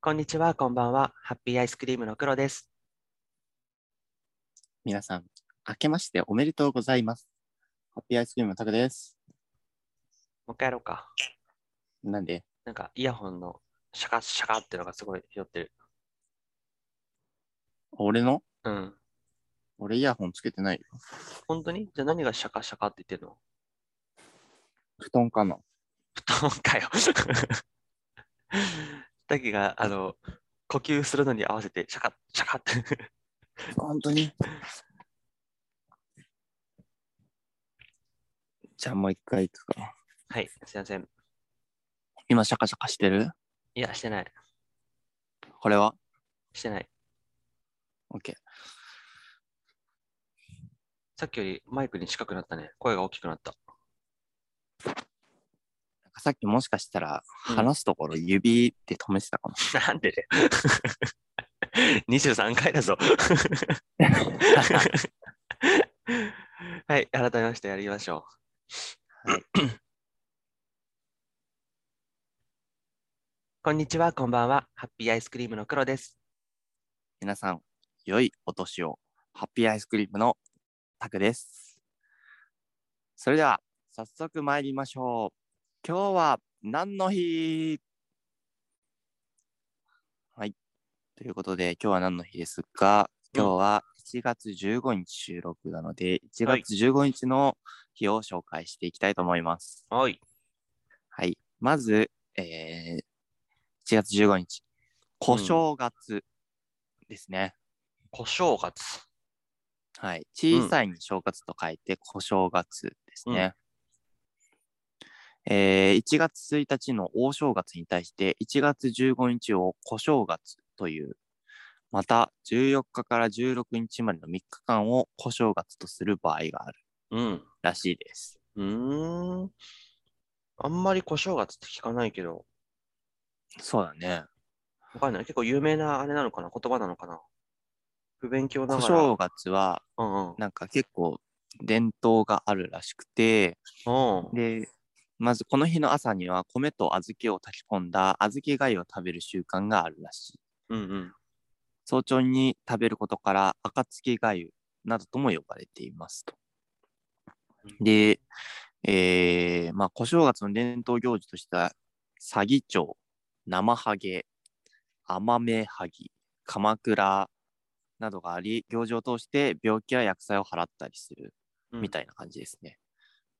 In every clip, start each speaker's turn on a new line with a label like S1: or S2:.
S1: こんにちは、こんばんは。ハッピーアイスクリームの黒です。
S2: 皆さん、明けましておめでとうございます。ハッピーアイスクリームのタクです。
S1: もう一回やろうか。
S2: なんで、
S1: なんかイヤホンのシャカシャカってのがすごい拾ってる。
S2: 俺の
S1: うん。
S2: 俺イヤホンつけてないよ。
S1: 本当にじゃあ何がシャカシャカって言ってるの
S2: 布団かな
S1: 布団かよ。 だけが、あの、呼吸するのに合わせてシャカシャカって。
S2: 本当にじゃあもう一回行くか。
S1: はい、すいません。
S2: 今シャカシャカしてる
S1: いや、してない。
S2: これは
S1: してない。
S2: ?OK。
S1: さっきよりマイクに近くなったね。声が大きくなった。
S2: なんかさっきもしかしたら
S1: うん
S2: 話すところ指で止めてたかも。
S1: なんで ね23回だぞ。 はい、改めましてやりましょう。 こんにちは、こんばんは。ハッピーアイスクリームの黒です。
S2: 皆さん、良いお年を。ハッピーアイスクリームのタクです。それでは、早速参りましょう。今日は何の日はい。ということで、今日は何の日ですが、
S1: うん
S2: 今日は1月15日収録なので、1
S1: はい
S2: 月15日の日を紹介していきたいと思います。
S1: はい。
S2: はい。まず、えー、1月15日、小正月ですね。
S1: 小正月。
S2: はい。小さいに正月と書いて、小正月ですね。えー1月1日の大正月に対して、1月15日を小正月という、また14日から16日までの3日間を小正月とする場合がある
S1: うん。
S2: らしいです。
S1: うーん。あんまり小正月って聞かないけど、
S2: そうだね。
S1: わかんない。結構有名なあれなのかな言葉なのかな不勉強な
S2: 小
S1: がら。
S2: 正月は、
S1: うんうん。
S2: なんか結構伝統があるらしくて、
S1: うん。
S2: で、まずこの日の朝には米と小豆を炊き込んだ小豆粥を食べる習慣があるらしい。
S1: うんうん。
S2: 早朝に食べることから暁がゆなどとも呼ばれていますと。で、えー、まあ、小正月の伝統行事としては、詐欺町、生ハゲ、甘めハギ、鎌倉などがあり、行事を通して病気や薬剤を払ったりする
S1: うん
S2: みたいな感じですね。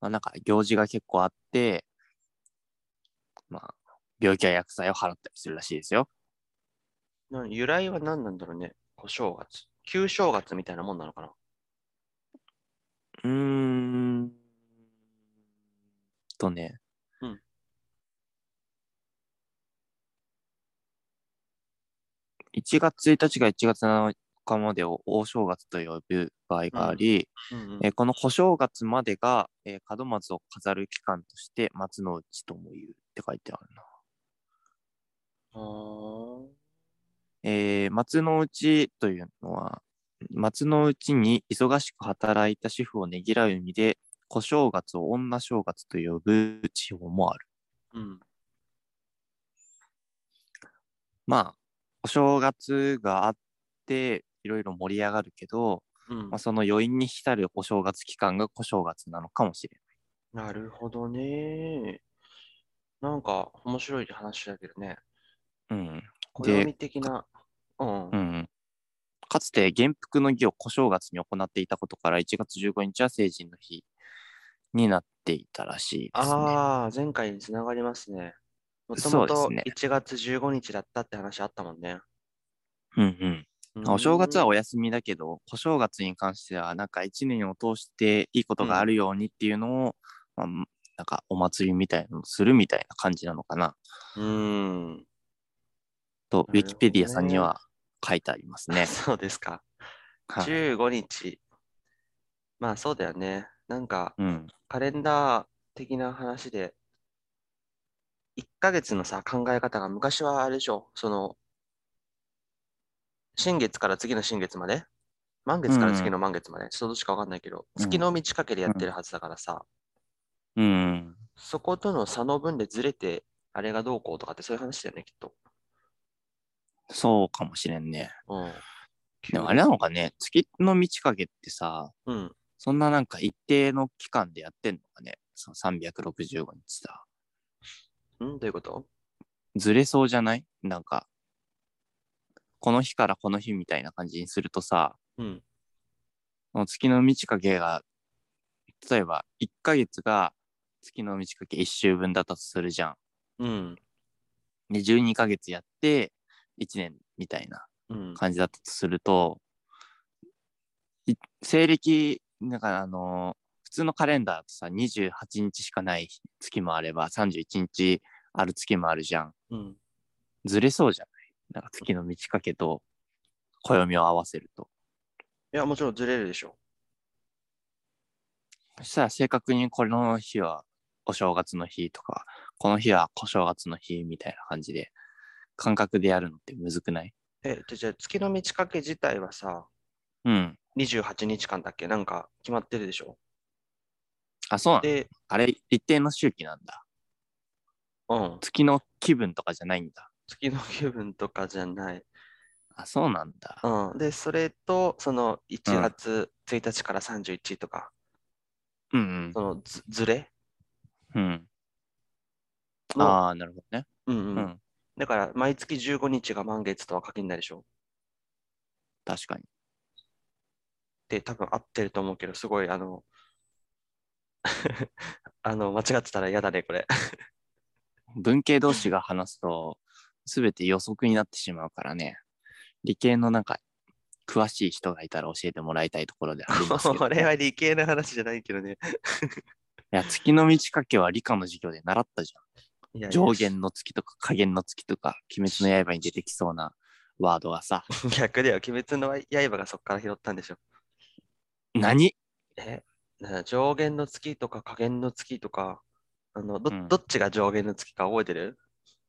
S2: まあ、なんか行事が結構あって、まあ、病気や薬剤を払ったりするらしいですよ。
S1: な由来は何なんだろうね。小正月。旧正月みたいなもんなのかな。
S2: うーんとね。
S1: うん
S2: 1月1日が1月7日までを大正月と呼ぶ場合があり、
S1: うん
S2: えーこの小正月までが、えー門松を飾る期間として松の内とも言うって書いてあるな。えー松の内というのは、松の内に忙しく働いた主婦をねぎらう意味で、小正月を女正月と呼ぶ地方もある。
S1: うん。
S2: まあ、お正月があって、いろいろ盛り上がるけど、
S1: うん
S2: まあ、その余韻に浸るお正月期間が小正月なのかもしれない。
S1: なるほどね。なんか面白い話だけどね。
S2: うん。
S1: 暦的な。うん。
S2: うん。かつて元服の儀を小正月に行っていたことから、1月15日は成人の日になっていたらしいですね。
S1: ああ、前回につながりますね。もと
S2: そ
S1: も
S2: うです
S1: と
S2: ね
S1: 1月15日だったって話あったもんね。
S2: うんうん。
S1: うん
S2: お正月はお休みだけど、お正月に関しては、なんか一年を通していいことがあるようにっていうのを、まあなんかお祭りみたいなのをするみたいな感じなのかな、
S1: うん。
S2: と、
S1: なるほど
S2: ウ
S1: ね。
S2: ィキペディアさんには書いてありますね
S1: そうですか。
S2: はい。
S1: 15日。まあそうだよね。なんか、
S2: うん。
S1: カレンダー的な話で、1ヶ月のさ、考え方が昔はあれでしょ、その、新月から次の新月まで、満月から次の満月まで、ちょっとどっちかわかんないけど、
S2: うん
S1: 月の満ち欠けでやってるはずだからさ、
S2: うん。
S1: そことの差の分でずれて、あれがどうこうとかってそういう話だよね、きっと。
S2: そうかもしれんね。
S1: うん。
S2: でもあれなのかね、月の満ち欠けってさ、
S1: うん。
S2: そんななんか一定の期間でやってんのかね、その365日さ。
S1: うんどういうこと
S2: ずれそうじゃないなんか、この日からこの日みたいな感じにするとさ、
S1: うん。
S2: その月の満ち欠けが、例えば1ヶ月が月の満ち欠け1週分だったとするじゃん。
S1: うん。
S2: で、12ヶ月やって1年みたいな
S1: うん。
S2: 感じだったとすると、い西暦、なんかあのー普通のカレンダーとさ、28日しかない月もあれば、31日ある月もあるじゃん。
S1: うん。
S2: ずれそうじゃないなんか月の満ち欠けと暦を合わせると。
S1: いや、もちろんずれるでしょ。
S2: そしたら正確にこの日はお正月の日とか、この日は小正月の日みたいな感じで、感覚でやるのってむずくない
S1: え、じゃじゃあ月の満ち欠け自体はさ、
S2: うん。
S1: 28日間だっけなんか決まってるでしょ
S2: あ、そうなんだ。
S1: で、
S2: あれ、一定の周期なんだ。
S1: うん。
S2: 月の気分とかじゃないんだ。
S1: 月の気分とかじゃない。
S2: あ、そうなんだ。
S1: うん。で、それと、その
S2: う
S1: 1
S2: ん
S1: 月1日から31とか、
S2: うん
S1: そのずずれ
S2: うん。うん。
S1: の
S2: ああ、なるほどね。
S1: うんう。
S2: うんん。
S1: だから、毎月15日が満月とは限らないでしょっ
S2: 確かに。
S1: て多分合ってると思うけど、すごい、あの、 あの、間違ってたら嫌だね、これ。
S2: 文系同士が話すと、すべて予測になってしまうからね。理系のなんか、詳しい人がいたら教えてもらいたいところでありますけ ど、
S1: これ
S2: ね。
S1: は理系の話じゃないけどね。
S2: いや、月の満ち欠けは理科の授業で習ったじ
S1: いやい
S2: ゃん。
S1: や
S2: 上限の月とか下限の月とか、鬼滅の刃に出てきそうなワード がさ、
S1: 逆だよ、鬼滅の刃がそこから拾ったんでしょ。
S2: 何
S1: え、だから上限の月とか下限の月とか、あのど
S2: うん
S1: どっちが上限の月か覚えてる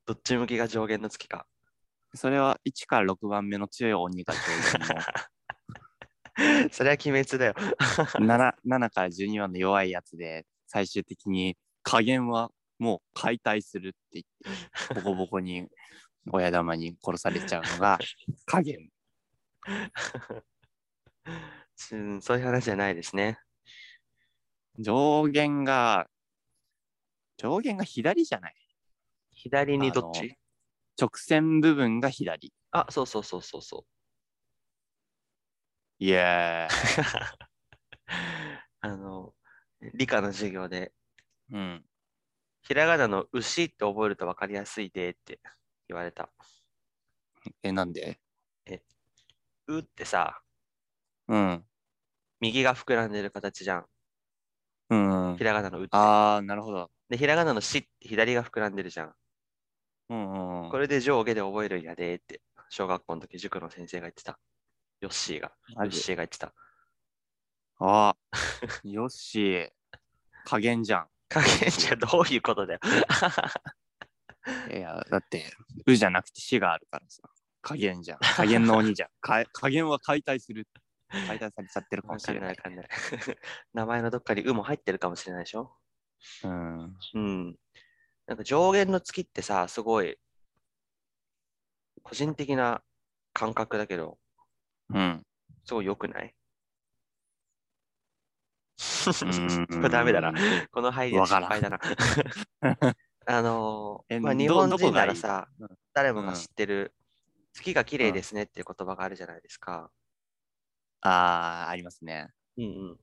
S1: どっち向きが上限の月か。
S2: それは1から6番目の強い鬼が上限の
S1: それは鬼滅だよ。
S2: 7, 7から12番の弱いやつで最終的に加減はもう解体するって言ってボコボコに親玉に殺されちゃうのが 加減
S1: うんそういう話じゃないですね。
S2: 上限が上限が左じゃない
S1: 左にどっ
S2: あ
S1: ち
S2: 直線部分が左
S1: あそうそうそうそうそう。
S2: イエー
S1: あの、理科の授業で、
S2: イ、うん、
S1: ひらがなの牛って覚えると分かりやすいでって言われた。
S2: えなんで
S1: うってさ、
S2: うん
S1: 右が膨らんでる形じゃん。
S2: うん
S1: ひらがなのうって。
S2: ああなるほど
S1: で、ひらがなのしって左が膨らんでるじゃん。
S2: うんうん
S1: これで上下で覚えるんやでって、小学校の時塾の先生が言ってた。ヨッシーが、ヨ
S2: ある
S1: ッシーが言ってた。
S2: あー よっしー加減じゃん
S1: 加減じゃどういうことだよ。
S2: いや、だって、うじゃなくて死があるからさ。加減 じゃん。加減の鬼じゃん。か加減は解体する。解体されちゃってるか
S1: わ
S2: もし
S1: か
S2: れ
S1: んないわ
S2: ない。
S1: かんない。 名前のどっかにうも入ってるかもしれないでしょ。
S2: うん。
S1: うん。なんか上限の月ってさ、すごい、個人的な感覚だけど、
S2: うん。
S1: すごい良くない
S2: ー ん
S1: これダメだな。この配慮
S2: わか
S1: 失
S2: らん
S1: 敗だな。 あのー
S2: え
S1: まあ、
S2: ど
S1: 日本
S2: どこ
S1: 人ない
S2: がい
S1: らさ
S2: うん、
S1: 誰もが
S2: うん
S1: 知ってる、月が綺麗ですねっていう言葉があるじゃないですか。
S2: あー、ありますね。
S1: うんうん、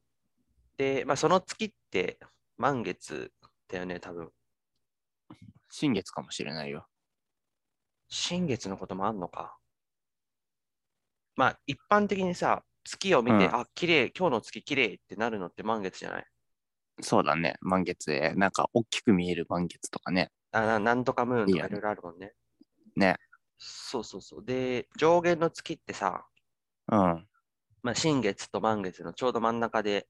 S1: で、まあ、その月って満月だよね、多分。
S2: 新月かもしれないよ。
S1: 新月のこともあんのか。まあ、一般的にさ、月を見て、
S2: うん
S1: あ、綺麗、今日の月綺麗ってなるのって満月じゃない
S2: そうだね。満月で、なんか大きく見える満月とかね。
S1: あななんとかムーン
S2: い
S1: と
S2: いよ
S1: か
S2: ね
S1: いろいろあるもんね。
S2: ね。
S1: そうそうそう。で、上限の月ってさ、
S2: うん。
S1: まあ、新月と満月のちょうど真ん中で、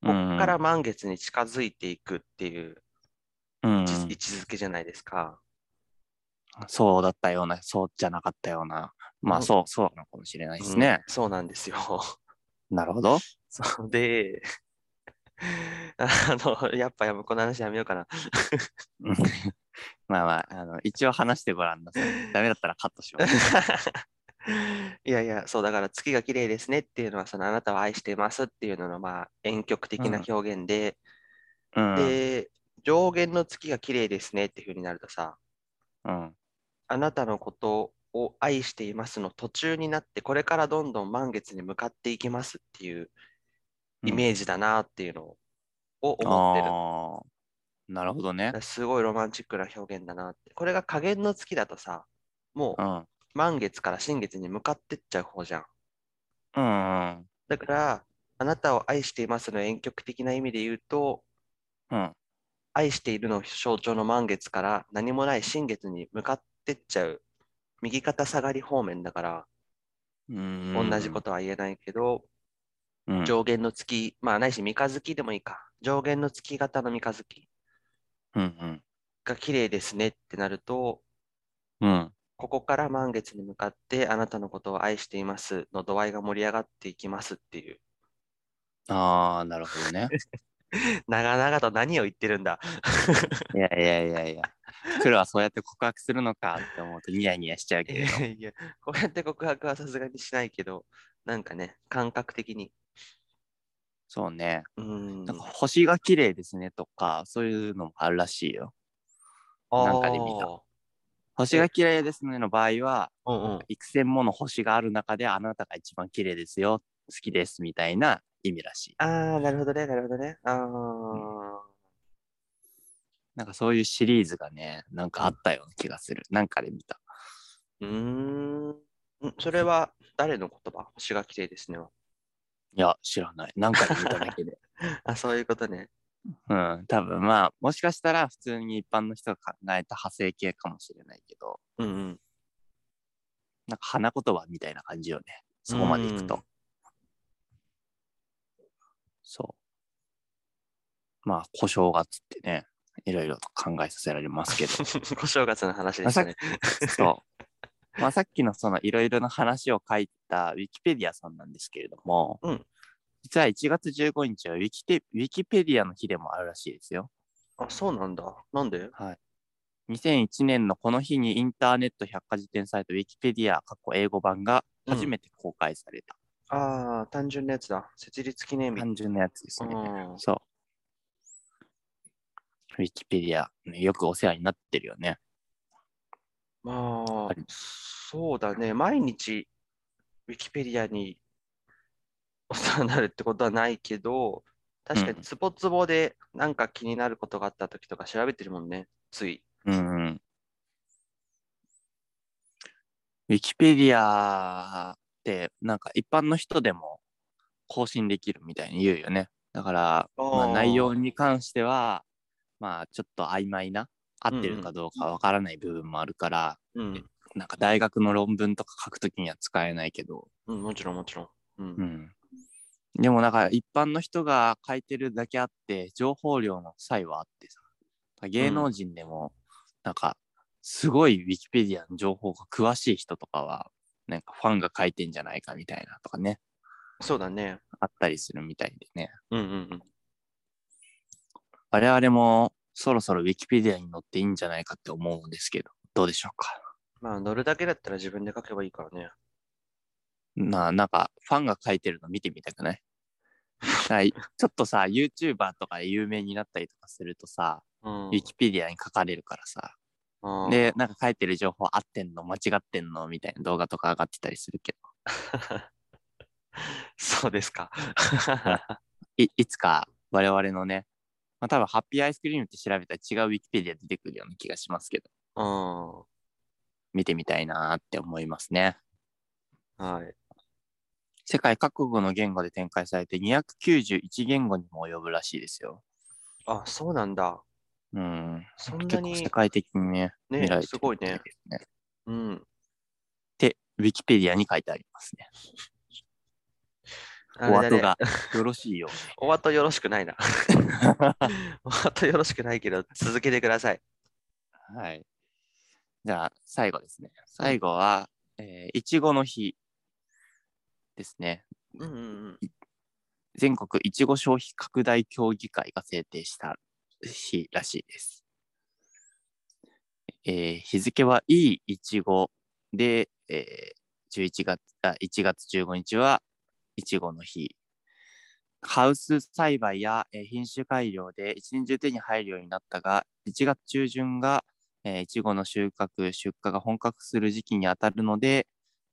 S1: こ
S2: うん
S1: っから満月に近づいていくっていう
S2: うん
S1: 位置,、位置づけじゃないですか。
S2: そうだったような、そうじゃなかったような。ま
S1: う
S2: あ、
S1: ん
S2: そう、そうなのかもしれないです
S1: うん
S2: ね。
S1: そうなんですよ。
S2: なるほど。
S1: そうで、あの、やっぱやめ、この話やめようかな。
S2: まあまあ、あの一応話してごらんな さい。ダメだったらカットします。
S1: いやいや、そうだから月が綺麗ですねっていうのは、そのあなたを愛していますっていうのの、まあ、婉曲的な表現で、
S2: うん。
S1: で、上限の月が綺麗ですねっていうふうになるとさ、
S2: うん、
S1: あなたのことを愛していますの途中になって、これからどんどん満月に向かっていきますっていうイメージだなっていうのをを思ってる。
S2: あーなるほどね
S1: だか。らすごいロマンチックな表現だなって。これが下限の月だとさ、も
S2: う。
S1: うん
S2: うん
S1: 満月から新月に向かってっちゃう方じゃん。
S2: うん。
S1: だから、あなたを愛していますの遠曲的な意味で言うと、
S2: うん。
S1: 愛しているの象徴の満月から何もない新月に向かってっちゃう。右肩下がり方面だから、
S2: うん
S1: 同じことは言えないけど、
S2: うん
S1: 上限の月、まあないし三日月でもいいか。上限の月型の三日月
S2: うんうん
S1: が綺麗ですねってなると、
S2: うん
S1: ここから満月に向かってあなたのことを愛していますの度合いが盛り上がっていきますっていう。
S2: ああ、なるほどね。
S1: 長々と何を言ってるんだ。
S2: いやいやいやいや。黒はそうやって告白するのかって思うとニヤニヤしちゃうけ
S1: い
S2: れど。
S1: や いや、こうやって告白はさすがにしないけど、なんかね、感覚的に。
S2: そうね。
S1: うーん。
S2: なんか星が綺麗ですねとか、そういうのもあるらしいよ。なんかで見た
S1: あー
S2: 星が綺麗ですねの場合は、
S1: うんうん。
S2: 幾千もの星がある中であなたが一番綺麗ですよ、好きですみたいな意味らしい。
S1: ああ、なるほどね、なるほどね。ああ、
S2: なんかそういうシリーズがね、なんかあったような気がする。なんかで見た。
S1: うーん。んそれは誰の言葉星が綺麗ですねは。
S2: いや、知らない。なんかで見ただ けで。
S1: あ、そういうことね。
S2: うん、多分まあ、もしかしたら普通に一般の人が考えた派生系かもしれないけど、
S1: うん うん。
S2: なんか花言葉みたいな感じよね。そこまでいく
S1: うん
S2: と。そう。まあ、小正月ってね、いろいろと考えさせられます けど。
S1: お正月の話でしたね。
S2: そう。まあ、さっきのそのいろいろな話を書いたウィキペディアさんなんですけれども、
S1: うん
S2: 実は1月15日はウィキテウィキペディアの日でもあるらしいですよ。
S1: あ、そうなんだ。なんで
S2: 2001年のこの日にインターネット百科事典サイトウィキペディア過去英語版が初めて公開された。
S1: ああ、単純なやつだ。設立記念日。
S2: 単純なやつですね。
S1: うん
S2: そう。ウィキペディア、ねよくお世話になってるよね。
S1: まあ
S2: ぱり、
S1: そうだね。毎日、ウィキペディアにお世話になるってことはないけど、確か
S2: う
S1: に
S2: ん
S1: ツボツボでなんか気になることがあった時とか調べてるもんね、つい。
S2: うんうん。ウィキペディアって、なんか一般の人でも更新できるみたいに言うよね。だから、まあ、
S1: あー
S2: 内容に関しては、まあちょっと曖昧な、合ってるかどうかわからない部分もあるから、
S1: うん、
S2: なんか大学の論文とか書くときには使えないけど、
S1: うん、もちろんもちろん。うん
S2: うん。でもなんか一般の人が書いてるだけあって、情報量の差異はあってさ、芸能人でも、なんか、すごいウィキペディアの情報が詳しい人とかは、なんかファンが書いてんじゃないかみたいなとかね、
S1: そうだね。
S2: あったりするみたいでね。
S1: うんうんうん。
S2: 我々もそろそろウィキペディアに載っていいんじゃないかって思うんですけど、どうでしょうか。
S1: まあ、乗るだけだったら自分で書けばいいからね。
S2: なあ、なんか、ファンが書いてるの見てみたくない はい。ちょっとさ、YouTuber とかで有名になったりとかするとさ、
S1: うん
S2: ウィキペディアに書かれるからさ、
S1: あー
S2: で、なんか書いてる情報合ってんの、間違ってんのみたいな動画とか上がってたりするけど、
S1: そうですか。
S2: いいつか我々のね、まあ多分ハッピーアイスクリームって調べたら違うウィキペディア出てくるような気がしますけど、
S1: うん。は
S2: 見てみたいなーって思いますね。
S1: い。
S2: 世界各国の言語で展開されて291言語にも及ぶらしいですよ。
S1: あ、そうなんだ。
S2: うん。
S1: そんな
S2: 結構
S1: に
S2: 世界的にね、見ら
S1: ね、
S2: れてる
S1: すごい
S2: みた
S1: ね
S2: で。すね。
S1: うん。
S2: で、ウィキペディアに書いてありますね。
S1: あ
S2: お
S1: れだ
S2: 後
S1: ね
S2: がよろしいよ
S1: お後よろしくないな。
S2: うで。
S1: お後よろしくないけど、続けてください。
S2: はい。じゃあ、最後ですね。最後は、えーいちごの日ですね。
S1: うんうんうん。
S2: 全国いちご消費拡大協議会が制定した日らしいです。えー日付はいいいちごで、えー11月あ1月15日はいちごの日。ハウス栽培や、えー品種改良で一年中手に入るようになったが、1月中旬が、えーいちごの収穫、出荷が本格する時期にあたるので、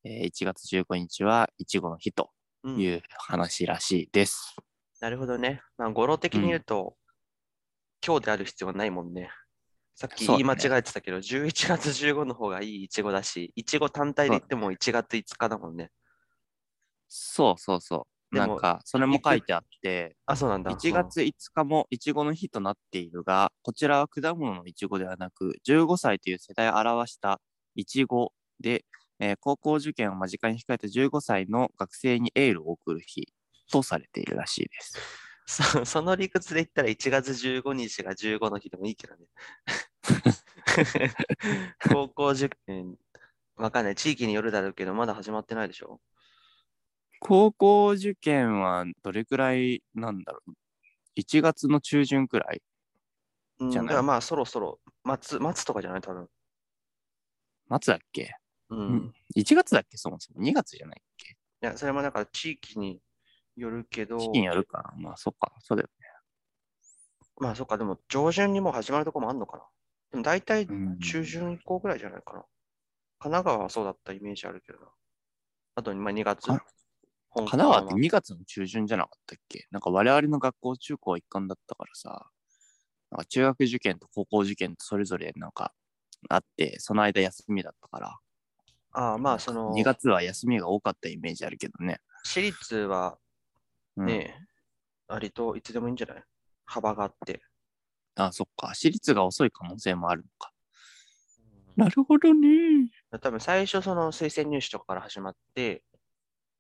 S2: えー1月15日はいちごの日と
S1: うん
S2: いう話らしいです。
S1: なるほどね。まあ、語呂的に言うと、今日である必要はないもんね。さっき
S2: そう
S1: 言
S2: だ
S1: い間
S2: ね
S1: 違えてたけど、11月15の方がいいイチゴだし、イチゴ単体で言っても1月5日だもんね。
S2: そうそうそう。
S1: で
S2: な
S1: も
S2: んか、それも書いてあって、
S1: あ、そうなんだ。
S2: 1月5日もいちごの日となっているが、こちらは果物のいちごではなく、15歳という世代を表したいちごで、えー高校受験を間近に控えた15歳の学生にエールを送る日とされているらしいです。
S1: そ その理屈で言ったら1月15日が15の日でもいいけ どね。高校受験、わかんない。地域によるだろうけど、まだ始まってないでしょ
S2: 高校受験はどれくらいなんだろう ?1 月の中旬くらい
S1: うん、
S2: じゃ
S1: だ
S2: ない
S1: からまあそろそろ、待つ、待つとかじゃない多分。
S2: 末だっけ
S1: うん。
S2: うん ?1 月だっけそもそも2月じゃないっけ
S1: いや、それもなんか地域によるけど、
S2: 資金やるかなまあそっか、そうだよ
S1: まあそっか、でも上旬にもう始まるとこもあんのかな。でも大体
S2: ね。うん
S1: 中旬以降ぐらいじゃないかな。神奈川はそうだったイメージあるけどな。あと、まあ、2月。
S2: か
S1: 本
S2: 神奈
S1: 館
S2: 川って2月の中旬じゃなかったっけなんか我々の学校中高一貫だったからさ、なんか中学受験と高校受験とそれぞれなんかあって、その間休みだったから、
S1: はああ、まあその、
S2: 2月は休みが多かったイメージあるけどね。
S1: 私立は
S2: うん、
S1: ね、割といつでもいいんじゃない幅があって。
S2: あそっか。私立が遅い可能性もあるのか。なるほどね。
S1: 多分最初その推薦入試とかから始まって、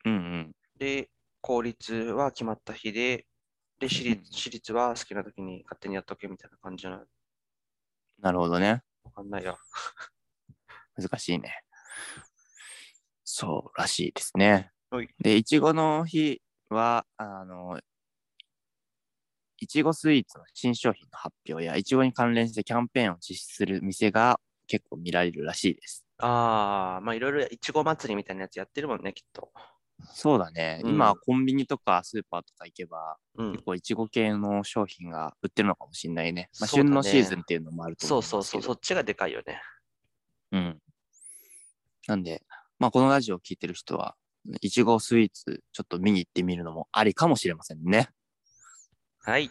S2: うんうん。
S1: で、公立は決まった日で、で、私
S2: うん
S1: 立私立は好きな時に勝手にやっとけみたいな感じじゃない
S2: なるほどね。
S1: わかんないや。
S2: 難しいね。そうらしいですね
S1: はい。
S2: で、いちごの日は、あの、いちごスイーツの新商品の発表や、いちごに関連してキャンペーンを実施する店が結構見られるらしいです。
S1: ああ、まあいろいろいちご祭りみたいなやつやってるもんね、きっと。
S2: そうだね。
S1: うん
S2: 今、コンビニとかスーパーとか行けば、
S1: うん
S2: 結。構いちご系の商品が売ってるのかもしれないね。まあ、
S1: そうだね
S2: 旬のシーズンっていうのもあると思
S1: そううん
S2: です
S1: そ
S2: けど。
S1: うそう、そっちがでかいよね。
S2: うん。なんで、まあ、このラジオを聞いてる人は、いちごスイーツ、ちょっと見に行ってみるのもありかもしれませんね。
S1: はい。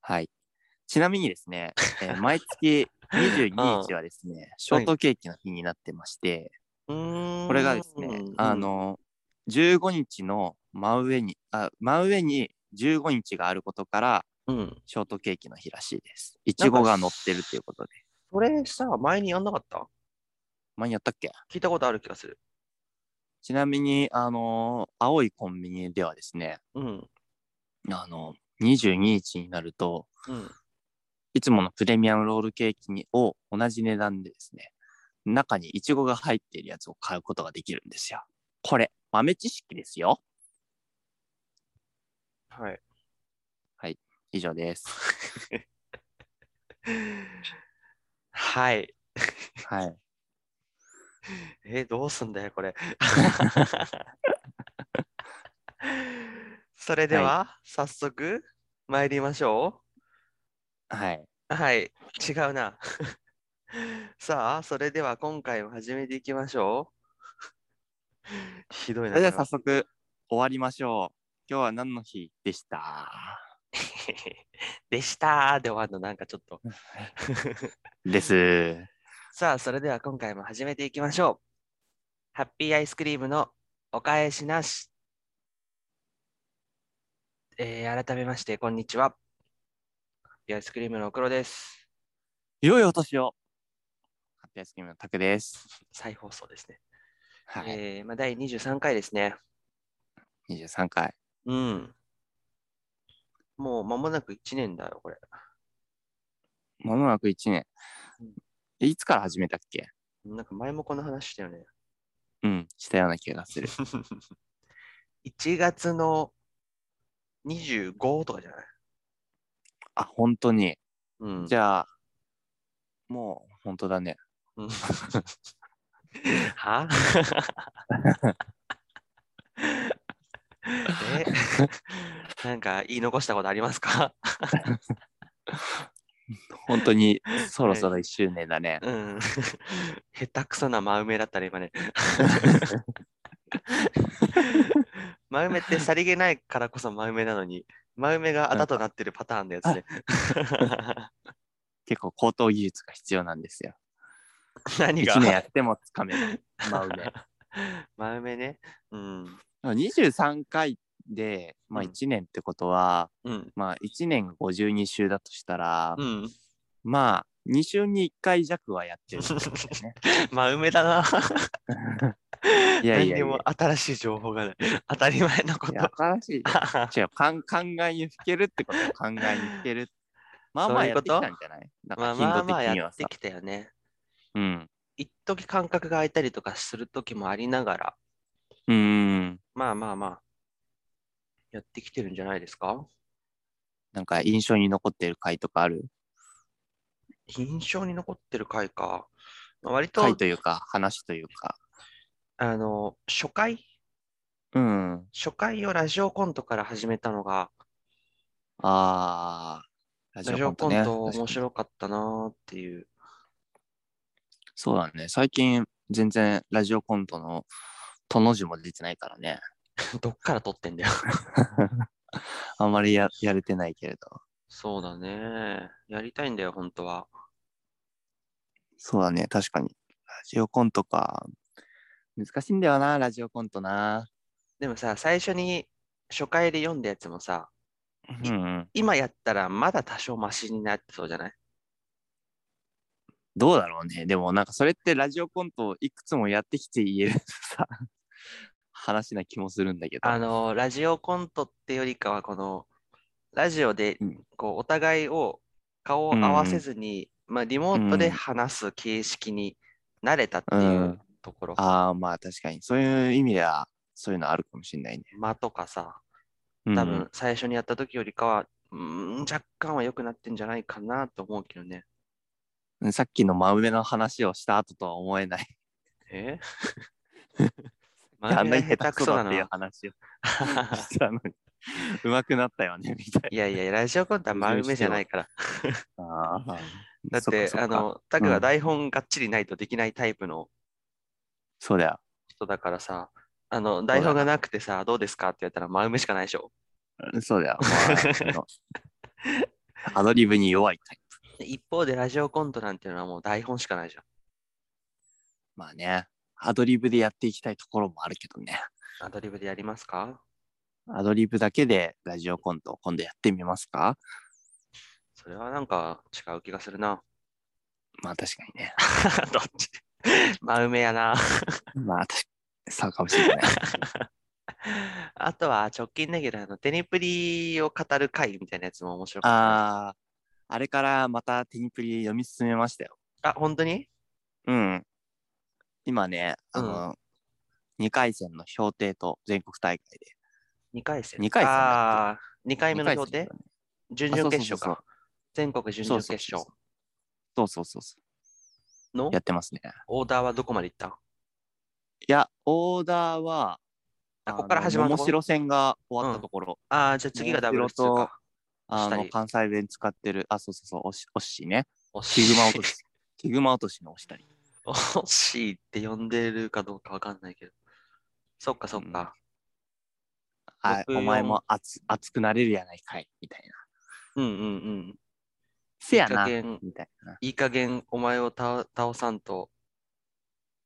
S2: はい。ちなみにですね、え ー毎月22日はですね、ショートケーキの日になってまして、
S1: うーん。
S2: これがですね、あ、の、15日の真上に、あ、真上に15日があることから、
S1: うん。
S2: ショートケーキの日らしいです。いちごが乗ってるっていうことで。
S1: それさ、前にやんなかった
S2: 前にやったっけ
S1: 聞いたことある気がする。
S2: ちなみに、あの青いコンビニではですね、
S1: うん。
S2: あの、22日になると、
S1: うん。
S2: いつものプレミアムロールケーキにを同じ値段でですね、中にイチゴが入っているやつを買うことができるんですよ。これ、豆知識ですよ。
S1: はい。
S2: 以上です。
S1: はい。
S2: はい。
S1: えー、どうすんだよ、こ れ。それでは、早速、参りましょ
S2: はい。
S1: う。はい。違うな。 さあ、それでは今回も始めていきましょう。ひどい
S2: そ
S1: な。
S2: れでは
S1: これ
S2: 早速、終わりましょう。今日は何の日でした
S1: でしたーで終わるのなんかちょっと。
S2: です。
S1: さあ、それでは今回も始めていきましょう。ハッピーアイスクリームのお返しなし。えー改めまして、こんにちは。ハッピーアイスクリームのおくろです。
S2: 良いお年を。ハッピーアイスクリームのタクです。
S1: 再放送ですね。
S2: はい。
S1: えーまあ、第23回ですね。
S2: 23回。
S1: うん。もう間もなく1年だよ、これ。
S2: まもなく1年
S1: うん。
S2: いつから始めたっけ
S1: なんか前もこの話したよね。
S2: うん、したような気がする。
S1: 1月の25とかじゃない
S2: あ、本当に。
S1: うん。
S2: じゃあ、もう本当だね。
S1: うんは え なんか言い残したことありますか
S2: 本当にそろそろ1周年だね。
S1: うん。 下手くそな真埋めだったら今ね。 真埋めってさりげないからこそ真埋めなのに、真埋めがあだとなってるパターンのやつね。
S2: 結構高等技術が必要なんですよ。
S1: 何が
S2: 1年やってもつかめない。真埋 め。
S1: 真埋めね。うん。
S2: 23回で、まあ、
S1: うん
S2: 1年ってことは、
S1: うん。
S2: まあ、1年が52週だとしたら、
S1: うん。
S2: まあ、2週に1回弱はやってるってことだよね。
S1: 真埋めだな。
S2: いや
S1: 何
S2: いやい
S1: に
S2: や
S1: も新しい情報がない。当たり前の こ
S2: い
S1: と
S2: や。新しい。違う、かん考えにふけるってこと考えにふける。まあまあやってきたんじゃないな ん
S1: ま
S2: か
S1: あ
S2: 頻
S1: まあ
S2: 度
S1: まあ
S2: 的に
S1: や
S2: は
S1: っ
S2: さ
S1: て。きたよね。
S2: うん。
S1: 一時間隔が空いたりとかする時もありながら、
S2: うーん。
S1: まあまあまあ、やってきてるんじゃないですか
S2: なんか印象に残ってる回とかある
S1: 印象に残ってる回か。まあ割と、
S2: 回というか、話というか。
S1: あの、初回
S2: うん。
S1: 初回をラジオコントから始めたのが、
S2: あー。ラジ
S1: ラジ
S2: オ
S1: オコ
S2: コントね。
S1: ント
S2: 確か
S1: 面
S2: に
S1: 白かったなーって いう。
S2: そうだね。最近、全然ラジオコントのとの字も出てないから ね。
S1: どっから撮ってんだよ。
S2: あんまりややれてないけれど。
S1: そうだね。やりたいんだよ、本当は。
S2: そうだね。確かに。ラジオコントか。難しいんだよな、ラジオコントな。
S1: でもさ、最初に初回で読んだやつもさ、
S2: うんうん。
S1: 今やったらまだ多少マシになってそうじゃない
S2: どうだろうね。でもなんかそれってラジオコントをいくつもやってきて言えるさ、話な気もするんだけど。
S1: あの、ラジオコントってよりかは、この、ラジオで
S2: うん、
S1: こう、お互いを顔を合わせずに、まあ、リモートで話す形式に慣れたっていううんところ、
S2: ああ、まあ確かに。そういう意味では、そういうのあるかもしれないね。
S1: 間とかさ、
S2: うん
S1: 多分最初にやった時よりかは、うーん、若干は良くなってんじゃないかなと思うけどね。
S2: さっきの真上の話をした後とは思えない。
S1: え
S2: あんなに下手くそだ
S1: な
S2: っていう話をした のに。うまくなったよね、みたい
S1: いやいや、ラジオコントは真埋めじゃないから。
S2: な。あー
S1: だって、
S2: そかそ
S1: あ
S2: か
S1: の、タク
S2: う
S1: は
S2: ん
S1: 台本がっちりないとできないタイプの
S2: そうだよ。
S1: 人だからさ、あの、台本がなくてさ、どうですかって言ったら真埋めしかないでしょ。
S2: そうだよ。まああ のアドリブに弱いタイプ。
S1: で一方でラジオコントなんていうのはもう台本しかないじ
S2: まあね、アドリブでやっていきたいところもあるけどね。
S1: ゃん。アドリブでやりますか
S2: アドリブだけでラジオコントを今度やってみますか
S1: それはなんか違う気がするな。
S2: まあ確かにね。
S1: どっち真埋めやな。
S2: まあ確かに、そうかもしれない。
S1: あとは直近だけど、あの、テニプリを語る会みたいなやつも面白かったな。
S2: ああ、あれからまたテニプリ読み進めましたよ。
S1: あ、本当に
S2: うん。今ね、あの、2回戦の評定と全国大会で。
S1: ?2 回戦。
S2: 二回戦だっけ
S1: ああ、2回目の
S2: 二
S1: 評
S2: 戦だ
S1: 定
S2: ね
S1: 準々決勝
S2: あそうそうそうそう
S1: か。全国準
S2: そう
S1: 々
S2: そ
S1: 決
S2: うそう
S1: 勝
S2: そうそうそうそ
S1: の
S2: う。やってますね。
S1: オーダーはどこまでいった
S2: いや、オーダーは、
S1: あこっから始まると
S2: 面
S1: こ
S2: 白戦が終わったところ。
S1: ああ、じゃあ次がダブルス
S2: 面白と
S1: か。
S2: あ
S1: した
S2: の、
S1: り
S2: 関西弁使ってる、あ、そうそうそう、おし、おっしーね。
S1: 惜
S2: ヒグマ落と
S1: しい。
S2: し。ヒグマ落としのおしたり。
S1: 惜しいって呼んでるかどうかわかんないけど。そっかそっか。
S2: はい、
S1: 僕
S2: お前も熱、熱くなれるやないかい、みたいな。
S1: うんうんうん。
S2: せ
S1: いい
S2: や
S1: 加
S2: な、
S1: 減、
S2: みたいな。
S1: いい加減お前を倒倒さんと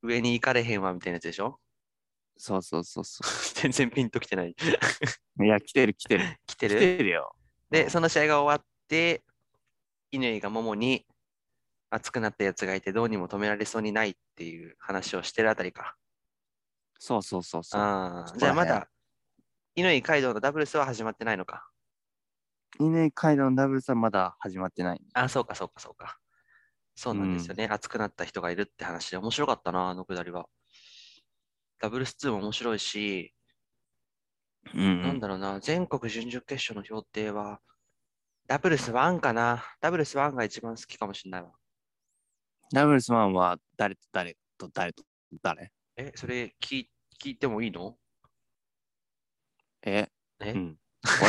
S1: 上に行かれへんわみたいなやつでしょ
S2: そうそうそうそ
S1: 全然ピンときてない。
S2: う。いや、来てる来てる。
S1: 来て
S2: 来
S1: る
S2: てるよ。う
S1: で、
S2: ん
S1: その試合が終わって、乾が桃に熱くなったやつがいてどうにも止められそうにないっていう話をしてるあたりか。
S2: そうそうそうそう。
S1: あ
S2: そ
S1: あ、
S2: こ
S1: じゃあ
S2: ら
S1: ま
S2: 辺
S1: だ乾カイドウのダブルスは始まってないのか。
S2: 稲階段のダブルスはまだ始まってない。
S1: あ、そうか、そうか、そうか。そうなんですよ
S2: う
S1: ね。熱くなった人がいるって話で、面白かったな、あのくだりは。ダブルス2も面白いし、
S2: う
S1: なん
S2: ん
S1: だろうな、全国準々決勝の評定は、ダブルス1かな。ダブルス1が一番好きかもしれないわ。
S2: ダブルスマンは誰と誰と誰と誰
S1: え、それ聞い聞いてもいいの
S2: え、
S1: え
S2: うん、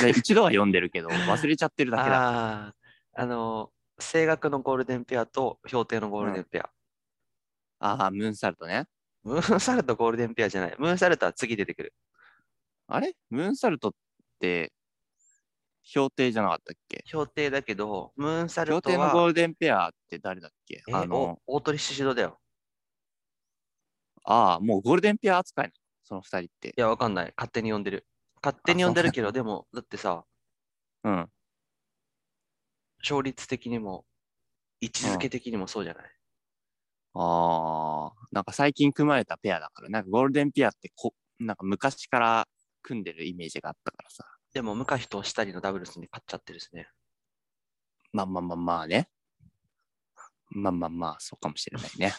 S2: 俺一度は読んで るけど、忘れちゃってるだけだ。
S1: ああ、あの、声楽のゴールデンペアと評定のゴールデンペア。
S2: ああ、ムーンサルトね。
S1: ムーンサルトゴールデンペアじゃない。ムーンサルトは次出てくる。
S2: あれムーンサルトって、評定じゃなかったっけ
S1: 評定だけど、ムーンサル
S2: 評
S1: ト
S2: 定のゴー
S1: は、
S2: ルデンペアって誰だっけ
S1: え
S2: あの、
S1: お大鳥シシドだよ。
S2: ああ、もうゴールデンペア扱いなのその二人って
S1: い。や、わかんない。勝手に呼んでる。勝手に呼んでるけど、でも、だってさ、
S2: うん。
S1: 勝率的にも、位置づけ的にもそうじゃない。
S2: ああ、なんか最近組まれたペアだから、なんかゴールデンペアってこ、なんか昔から組んでるイメージがあったからさ。
S1: でも、向か人したりのダブルスに勝っちゃってるしね。
S2: まあまあまあまあね。まあまあまあ、そうかもしれない ね。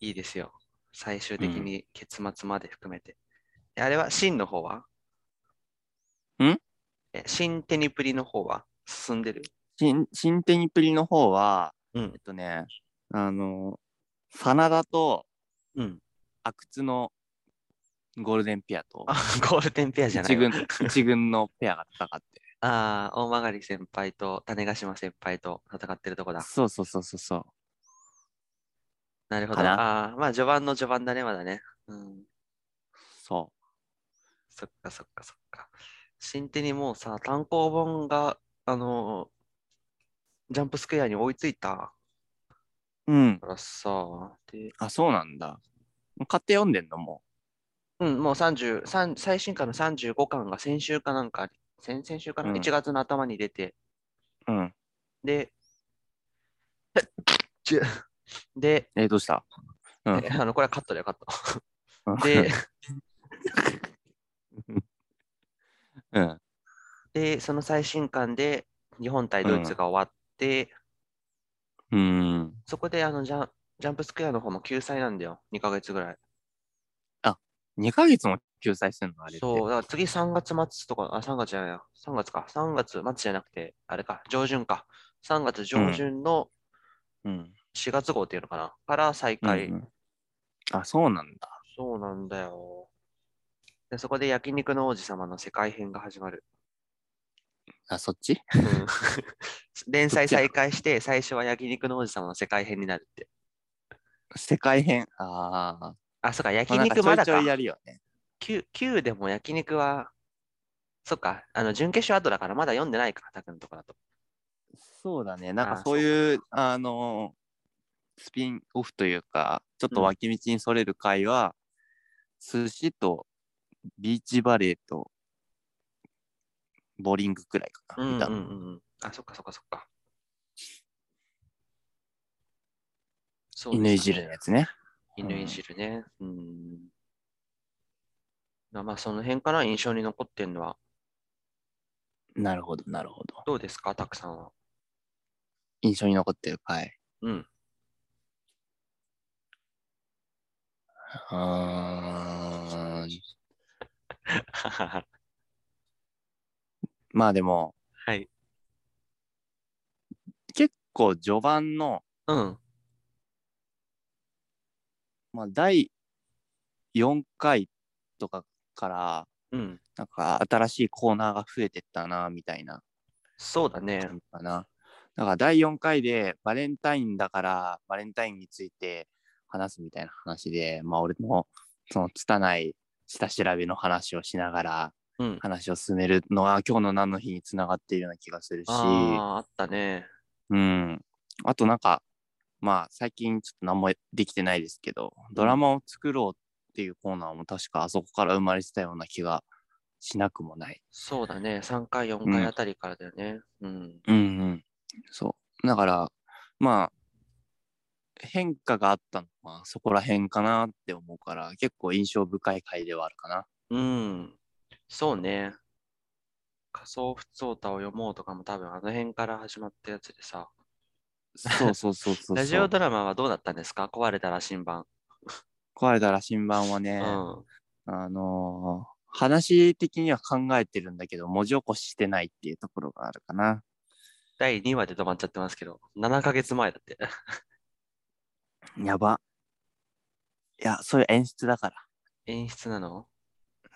S1: いいですよ。最終的
S2: うん
S1: に結末まで含めて。えあれは、真の方は
S2: ん
S1: え、新テニプリの方は進んでる
S2: 新、新テニプリの方は、
S1: うん
S2: えっとね、あの、ファナダと
S1: うん。
S2: 阿久津のゴールデンペアと
S1: あ、ゴールデンペアじゃない
S2: 一
S1: わ。
S2: 軍、一軍のペアが戦って。
S1: ああ、大曲先輩と種ヶ島先輩と戦ってるとこだ。
S2: そうそうそうそうそう。
S1: なるほど。
S2: か
S1: ああー、まあ序盤の序盤だね、まだね。うん。
S2: そ
S1: そっかそっかそっか。新手にもうさ、単行本が、あのージャンプスクエアに追いついた
S2: う。うん。
S1: からさ、で、
S2: あ、そうなんだ。買って読んでんのも
S1: うん、もう30、三最新刊の35巻が先週かなんか、先々週かな、
S2: うん
S1: ?1 月の頭に出て、
S2: う。うん。
S1: で、ちゅで、
S2: えー、どうしたうん
S1: えあの、これはカットだよ、カット。
S2: うん
S1: で、
S2: うん。
S1: で、その最新刊で日本対ドイツが終わって、
S2: うん。
S1: そこであのジャンジャンプスクエアの方も救済なんだよ、2ヶ月ぐらい。
S2: 2ヶ月も救済するのあれって。
S1: そう、だから次3月末とか、あ、3月じゃないな、3月か、3月末じゃなくて、あれか、上旬か、3月上旬の
S2: うん。
S1: 4月号っていうのかな、から再開、
S2: うんあ、そうなんだ。
S1: そうなんだよ。で、そこで焼肉の王子様の世界編が始まる。
S2: あ、そっち
S1: うん連載再開して、最初は焼肉の王子様の世界編になるって。
S2: 世界編。ああ。
S1: あ、そうか、焼
S2: まあなん
S1: 肉まだ
S2: ちょ
S1: か
S2: いちょい。やるよね。
S1: 9, 9でも焼肉は、そっか、あの、準決勝後だからまだ読んでないか、タクのとこだと。
S2: そうだね。なん
S1: あ
S2: か
S1: ー
S2: そういう、あのースピンオフというか、ちょっと脇道にそれる回は、寿司とビーチバレーとボーリングくらいか
S1: う
S2: な。
S1: んう
S2: 見
S1: んう
S2: た
S1: んう
S2: の
S1: ん。あ、そっかそっかそっか。そう
S2: 犬いじるのやつね。
S1: ですね。犬いじるね。うん。まあまあ、その辺から印象に残ってんのは、
S2: なるほど、なるほど。
S1: どうですか、たくさん は。
S2: 印象に残ってる回。
S1: うん。
S2: あーまあでも、
S1: はい。
S2: 結構序盤の、
S1: うん。
S2: まあ、第4回とかから、
S1: うん。
S2: なんか新しいコーナーが増えてったな、みたいな
S1: そうだね。
S2: 感じかな。だから第4回でバレンタインだから、バレンタインについて話すみたいな話で、まあ俺もその拙い下調べの話をしながら
S1: うん。
S2: 話を進めるのは今日の何の日につながっているような気がするし、
S1: ああ、あったね。
S2: うん。あとなんか、まあ最近ちょっと何もできてないですけど、ドラマを作ろうっていうコーナーも確かあそこから生まれてたような気がしなくもない。
S1: そうだね。3回、4回あたりからだよね。うん。
S2: うんうん。そう。だから、まあ、変化があったのはそこら辺かなって思うから、結構印象深い回ではあるかな。
S1: うん。そうね。仮想不通歌を読もうとかも多分あの辺から始まったやつでさ。
S2: そうそうそうそう そう。
S1: ラジオドラマはどうだったんですか壊れたら新版。
S2: 壊れたら新版は
S1: う
S2: ね、
S1: ん。
S2: あのー話的には考えてるんだけど、文字起こししてないっていうところがあるかな。
S1: 第2話で止まっちゃってますけど、7ヶ月前だって。
S2: やば。いや、そういう演出だから。
S1: 演出なの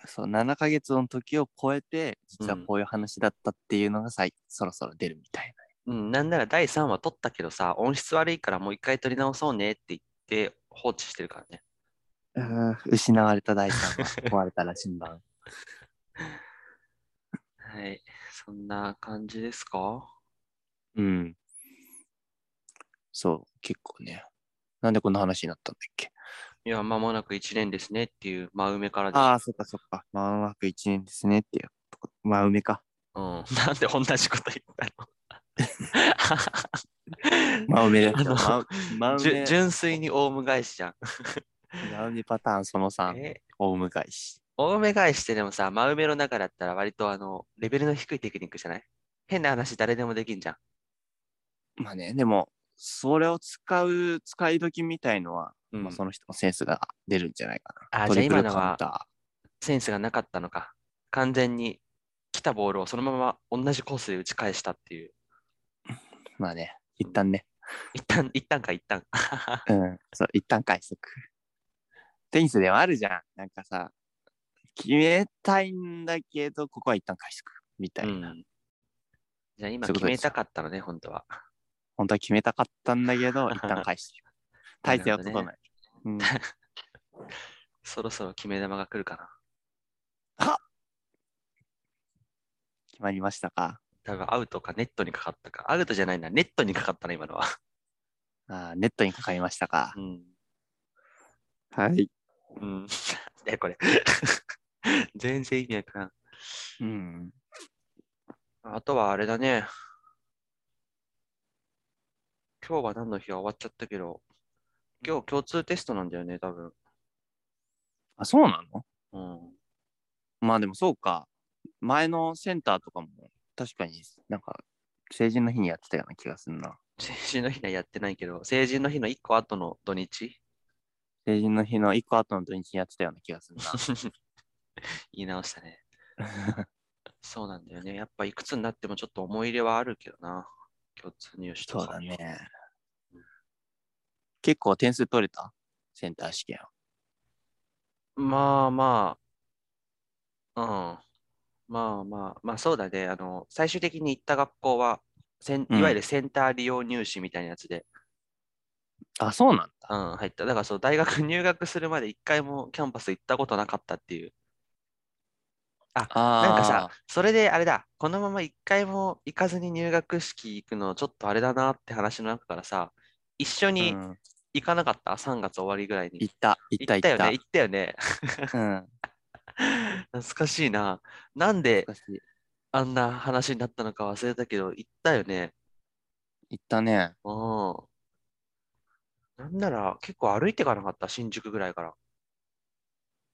S2: そう、7ヶ月の時を超えて、実は
S1: うん
S2: こういう話だったっていうのがさい、そろそろ出るみたいな。
S1: うん、なんなら第3話撮ったけどさ、音質悪いからもう一回撮り直そうねって言って放置してるからね。
S2: うん失われた大さんは壊れた羅針盤。
S1: はい。そんな感じですか
S2: うん。そう、結構ね。なんでこんな話になったんだっけ
S1: いや、間もなく1年ですねっていう真埋めからでし
S2: ああ、そっかそっか。まもなく1年ですねっていうとこ。まあ、梅か。
S1: た。うん。 なんで同じこと言ったの
S2: まあ、梅だよ。
S1: あの
S2: まま
S1: じゅ
S2: 梅、
S1: 純粋にオウム返しじゃん。
S2: ま梅パターンその3、
S1: え
S2: 大向かいし。
S1: オウム返しってでもさ、真埋めの中だったら割とあの、レベルの低いテクニックじゃない変な話誰でもできんじゃん。
S2: まあね、でも、それを使う、使い時みたいのは、
S1: うん
S2: まあ、その人のセンスが出るんじゃないかな。
S1: あー
S2: ト
S1: じゃあ
S2: リプル
S1: 今の
S2: カウン
S1: は
S2: タ
S1: センスがなかったのか。完全に来たボールをそのまま同じコースで打ち返したっていう。
S2: ー。まあね、一旦ね、
S1: 一旦、一旦か一旦。
S2: うん、そう、一旦回復。テニスでもあるじゃん。なんかさ、決めたいんだけど、ここは一旦回復。みたいな。
S1: うんじゃあ今
S2: そうい
S1: 決
S2: うことで
S1: め
S2: す
S1: たかったのね、本当は。
S2: 本当は決めたかったんだ けど、一旦返してる。体勢を整える。うん、
S1: そろそろ決め球が来るかな。
S2: 決まりましたか
S1: 多分アウトかネットにかかったか。アウトじゃないな、ネットにかかったな、今のは。
S2: あーネットにかかりましたか
S1: うん。
S2: はい。
S1: うん。 で、これ。全然意味わからん。
S2: うん。
S1: あとはあれだね。今日は何の日は終わっちゃったけど、今日共通テストなんだよね、多分。
S2: あ、そうなの
S1: うん。
S2: まあでもそうか。前のセンターとかも、確かになんか、成人の日にやってたような気がするな。
S1: 成人の日にはやってないけど、成人の日の1個後の土日
S2: 成人の日の一個後の土日にやってたような気がするな。
S1: 言い直したね。そうなんだよね。やっぱいくつになってもちょっと思い入れはあるけどな。共通入試と
S2: そ
S1: か。
S2: うだね。結構点数取れたセンター試験は。
S1: まあまあ、うん。まあまあ、まあそうだね。あの、最終的に行った学校は、セン
S2: うん
S1: いわゆるセンター利用入試みたいなやつで、
S2: あ、そうなんだ。
S1: うん、入った。だからそう、大学入学するまで一回もキャンパス行ったことなかったっていう。
S2: あー
S1: なんかさ、、それであれだ、このまま一回も行かずに入学式行くのちょっとあれだなって話の中からさ、一緒
S2: う
S1: に
S2: ん、
S1: 行かなかった、?3 月終わりぐらいに。
S2: 行った、行った、
S1: 行ったよね、行ったよね。
S2: った。うん。
S1: 懐かしいな。なんで
S2: 難しい
S1: あんな話になったのか忘れたけど、行ったよね。
S2: 行ったね。
S1: うん。なんなら結構歩いてかなかった、新宿ぐらいから。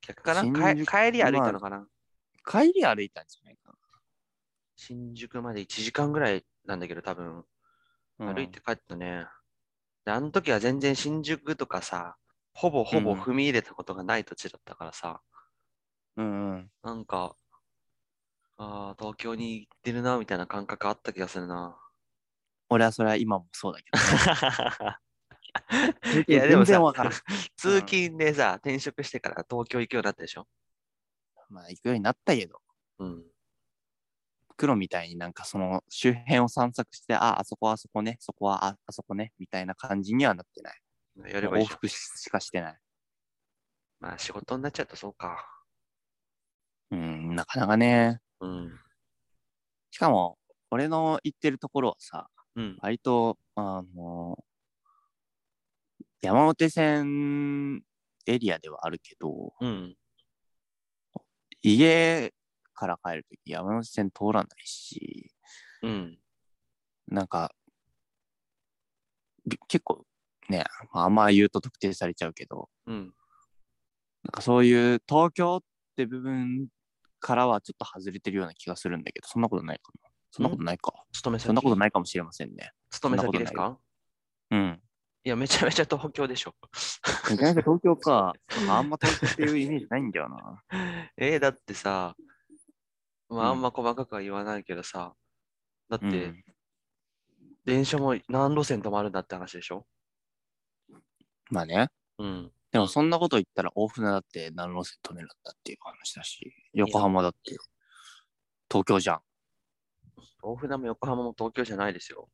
S1: 逆かな
S2: 新
S1: かえ
S2: 宿
S1: 帰り歩い
S2: まあ
S1: たのかな
S2: 帰り歩いたんじゃないか
S1: 新宿まで1時間ぐらいなんだけど、多分。
S2: な。うん
S1: 歩いて。帰ったね。で、あの時は全然新宿とかさ、ほぼほぼ
S2: うん
S1: 踏み入れたことがない土地だったからさ、
S2: うんうん。
S1: なんか、ああ、東京に行ってるな、みたいな感覚あった気がする な。
S2: 俺はそれは今もそうだけど、
S1: いや、でもさ
S2: 全然わからん、
S1: 通勤でさ、転職してから東京行くようになったでしょ
S2: まあ行くようになったけど、
S1: うん。
S2: 黒みたいになんかその周辺を散策して、あ、あそこはあそこね、そこはああそこね、みたいな感じにはなってない。
S1: やればいい
S2: 往
S1: じゃん。
S2: 復ししかしてない。
S1: まあ、仕事になっちゃうとそうか。
S2: うん、なかなかね。
S1: うん。
S2: しかも、俺の行ってるところはさ、
S1: うん。
S2: 割と、あの、山手線エリアではあるけど、
S1: うん。
S2: 家から帰るとき山手線通らないし、
S1: うん。
S2: なんか、び結構ね、まああんま言うと特定されちゃうけど、
S1: うん。
S2: なんかそういう東京って部分からはちょっと外れてるような気がするんだけど、そんなことないかな。そんなことないか。
S1: 勤め先。
S2: そんなことないかもしれませんね。
S1: 勤め
S2: そんなこと
S1: 先です
S2: ない
S1: か
S2: うん。
S1: いや、めちゃめちゃ東京でしょ。
S2: めちゃめちゃ東京か。あんま東京っていうイメージないんだよな。
S1: えー、だってさ、まあ、
S2: う
S1: あ
S2: ん
S1: んま細かくは言わないけどさ、だって、
S2: うん、
S1: 電車も何路線止まるんだって話でしょ
S2: まあね。
S1: うん。
S2: でもそんなこと言ったら大船だって何路線止めるんだっていう話だし、横浜だって東京じゃん。
S1: 大船も横浜も東京じゃないです よ。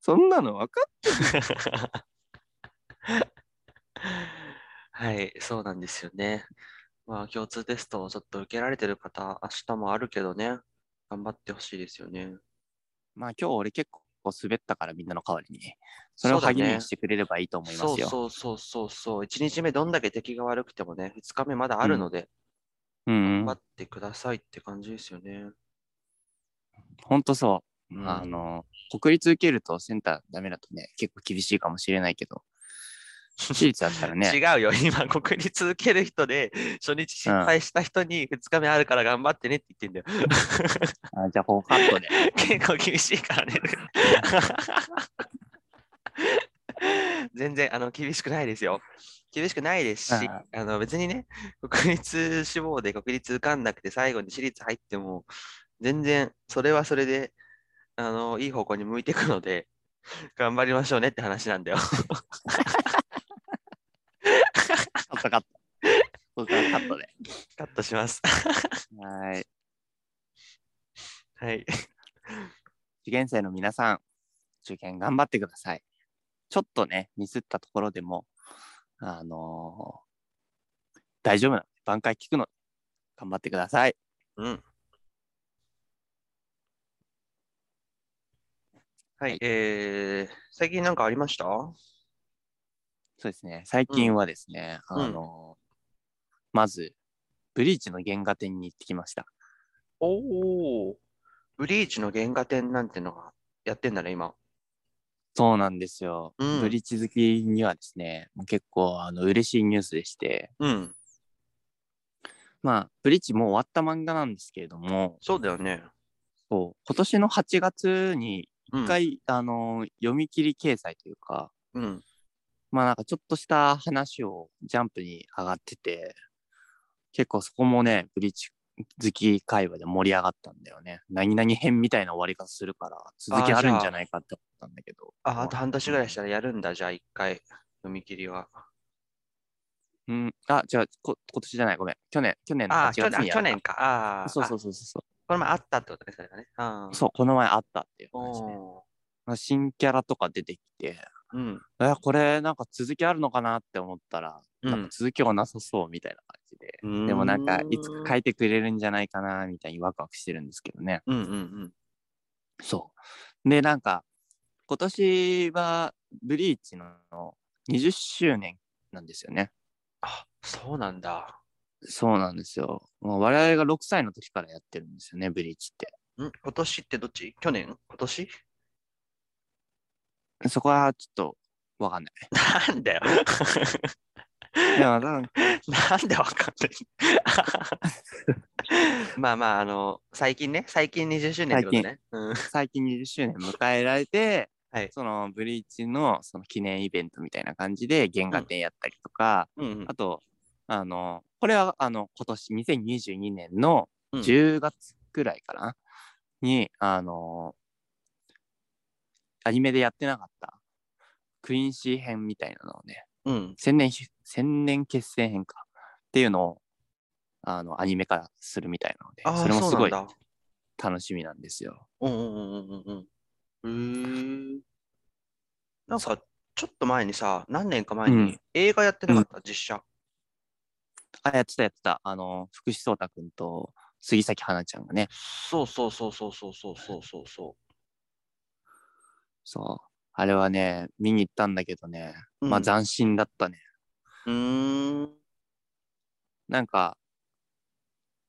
S2: そんなの分かっ
S1: はい、そうなんですよね。まあ、共通テストをちょっと受けられてる方、明日もあるけどね、頑張ってほしいですよね。
S2: まあ今日俺結構滑ったからみんなの代わりに。それを励みにしてくれればいいと思います
S1: そ
S2: よ。
S1: うそうそうそうそう、1日目どんだけ敵が悪くてもね、2日目まだあるので、頑
S2: うんう
S1: 張
S2: ん
S1: っ。てくださいって感じですよね。
S2: ほんとそう。
S1: うん
S2: あの、国立受けるとセンターダメだとね、結構厳しいかもしれないけど、私立だった らね、
S1: 違うよ、今、国立受ける人で、初日失敗した人に2日目あるから頑張ってねって言ってんだよ。
S2: あじゃあこうカットで。
S1: 結構厳しいから ね。全然あの厳しくないですよ。厳しくないですし
S2: あ、
S1: あの別にね、国立志望で国立受かんなくて最後に私立入っても、全然それはそれであのいい方向に向いていくので、頑張りましょうねって話なんだよ。
S2: カットカット。ここからカットで。
S1: カットします。
S2: はい。
S1: はい。
S2: 受験生の皆さん、受験頑張ってください。ちょっとね、ミスったところでも、あのー大丈夫なので、挽回聞くので、頑張ってください。
S1: うん。は
S2: はいい、
S1: えー、最近なんかありました
S2: そうですね、最近はですね、
S1: うん
S2: あのーまず、ブリーチの原画展に行ってきました。
S1: おお、ブリーチの原画展なんてのがやってんだね、今。
S2: そうなんですよ。
S1: うん
S2: ブリーチ好きにはですね、もう結構あの嬉しいニュースでして、
S1: うん、
S2: まあ、ブリーチもう終わった漫画なんですけれども、
S1: そうだよね。
S2: そう今年の8月に
S1: うん、
S2: 一回、あのー読み切り掲載というか、
S1: うん、
S2: まあなんかちょっとした話をジャンプに上がってて、結構そこもね、ブリーチ好き会話で盛り上がったんだよね。何々編みたいな終わり方するから、続き
S1: あー
S2: ある
S1: じゃ
S2: ん
S1: あ
S2: じゃないかって思ったんだけど。
S1: あ、あと半年ぐらいしたらやるんだ、じゃあ一回、読み切りは。
S2: うん。あ、じゃあ、こ今年じゃない、ごめん。去年、去年の
S1: あ
S2: 8
S1: あ、去
S2: 月
S1: 年あ
S2: にや
S1: 去
S2: った
S1: 年か。ああ、。
S2: そうそううそうそ
S1: この前あったってことね、それがね。あ
S2: う。
S1: あ、
S2: そう、この前あったっていう話ね。
S1: お
S2: まあ新キャラとか出てきて、
S1: ーうん、
S2: え、これなんか続きあるのかなって思ったら、
S1: う
S2: なんか
S1: ん。
S2: 続きはなさそうみたいな感じで。でもなんかいつか書
S1: い
S2: いてくれるんじゃないかなみたいにワクワクしてるんですけどね。
S1: うんうんうん。
S2: そう。でなんか今年はブリーチの20周年なんですよね。
S1: あ、そうなんだ。
S2: そうなんですよ。もう我々が6歳の時からやってるんですよね、ブリーチって。
S1: ん今年ってどっち去年今年
S2: そこはちょっとわかんな
S1: なんだよ。
S2: い。でもなん
S1: な
S2: か
S1: んでわかんな い。まあまあ、あの、最近ね、最近20周年ってことね。うん、
S2: 最近20周年迎えられて、
S1: はい
S2: そのブリーチのその記念イベントみたいな感じで原画展やったりとか、
S1: うんうん
S2: あと、あの、これは、あの、今年2022年の
S1: うん
S2: 10月くらいかな、に、あの、アニメでやってなかった、クインシー編みたいなのをね、
S1: うん。
S2: 千年ひ、千年決戦編か、っていうのを、あの、アニメ化するみたいなので、
S1: ああ、
S2: それもすごい
S1: そうなんだ。
S2: 楽しみなんですよ。
S1: うんうんうんうんうん。うーん。なんか、ちょっと前にさ、何年か前
S2: う
S1: に
S2: ん
S1: 映画やってなかった、実写。
S2: あ、やってたやってた、あの、福士蒼太くんと杉咲花ちゃんがね、
S1: そうそうそうそうそうそうそうそうそ
S2: そう、あれはね、見に行ったんだけどね、
S1: う。
S2: まあ
S1: うん
S2: 斬新だったね。
S1: うーん。
S2: なんか、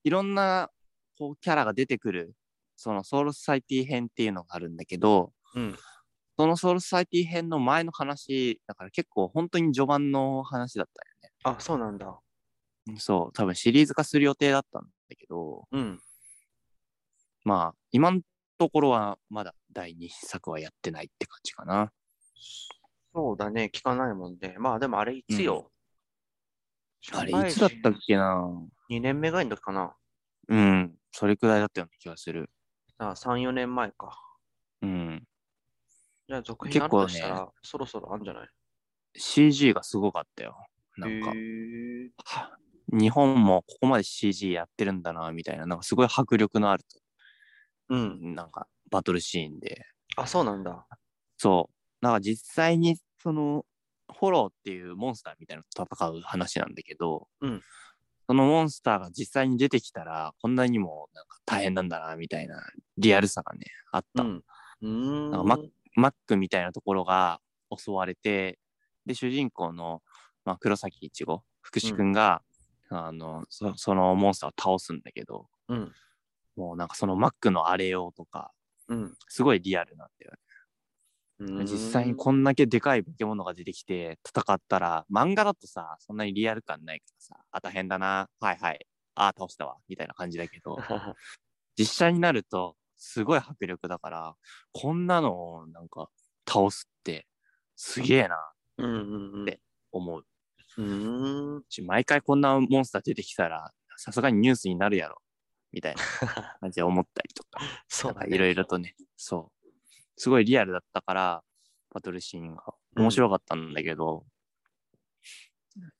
S2: いろんなこうキャラが出てくる、そのソウルソサイティ編っていうのがあるんだけど、
S1: うん。
S2: そのソウルソサイティ編の前の話、だから結構本当に序盤の話だっ
S1: あ、そうなんだ。
S2: たね。そう、多分シリーズ化する予定だったんだけど、
S1: うん。
S2: まあ、今んところはまだ第2作はやってないって感じかな。
S1: そうだね、聞かないもんね。まあでもあれいつよ、
S2: あれ、いつだったっけな
S1: ?2 年目ぐらいの時かな。
S2: うん、それくらいだったような気がする。
S1: あ3、4年前か。
S2: うん。
S1: じゃあ続編あるとした
S2: 結
S1: ら、そろそろあるんじゃない
S2: CG がすごかったよ。なんか
S1: へ、ー
S2: は日本もここまで CG やってるんだな、みたいな、なんかすごい迫力のある、
S1: うん。
S2: なんかバトルシーンで。
S1: あ、そうなんだ。
S2: そう。なんか実際に、その、ホローっていうモンスターみたいなのと戦う話なんだけど、
S1: うん
S2: そのモンスターが実際に出てきたら、こんなにもなんか大変なんだな、みたいなリアルさがね、あった。
S1: うん。うーん。
S2: なんかまマックみたいなところが襲われて、で、主人公の、まあ、黒崎いちご、福士くんが、あのそ、そのモンスターを倒すんだけど、
S1: うん。
S2: もうなんかそのマックの荒れようとか、
S1: うん。
S2: すごいリアルなんだよね実際にこんだけでかい化け物が出てきて戦ったら漫画だとさそんなにリアル感ないからさあ大変だなはいはいあ倒したわみたいな感じだけ ど実写になるとすごい迫力だからこんなのをなんか倒すってすげえな
S1: うんうんうん。
S2: で思う
S1: うーん。
S2: し毎回こんなモンスター出てきたらさすがにニュースになるやろみたい な感じで思ったりとか
S1: そうだ
S2: なん
S1: ね。
S2: かいろいろとね、そう。すごいリアルだったから、バトルシーンが
S1: うん
S2: 面白かったんだけど、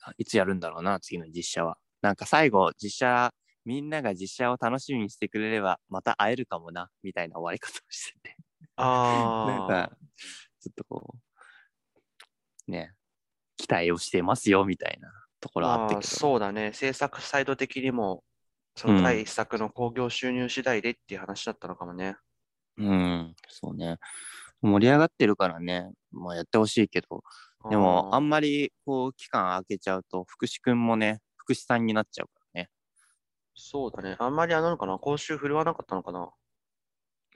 S2: あいつやるんだろうな、次の実写は。なんか最後、実写、みんなが実写を楽しみにしてくれれば、また会えるかもな、みたいな終わり方をしてて。なん
S1: ああ。
S2: か、ちょっとこう、ね、期待をしてますよ、みたいなところはあった
S1: まあ
S2: けど。
S1: そうだね。制作サイド的にも、そうの
S2: ん
S1: 対策の興行収入次第でっていう話だったのかもね。
S2: うん、そうね。盛り上がってるからね、まあやってほしいけど、でも、あん
S1: ま
S2: まり、こう、期間空けちゃうと、福士くんもね、福士さんになっちゃうからね。
S1: そうだね。あんまりあれなのかな講習振るわなかったのかな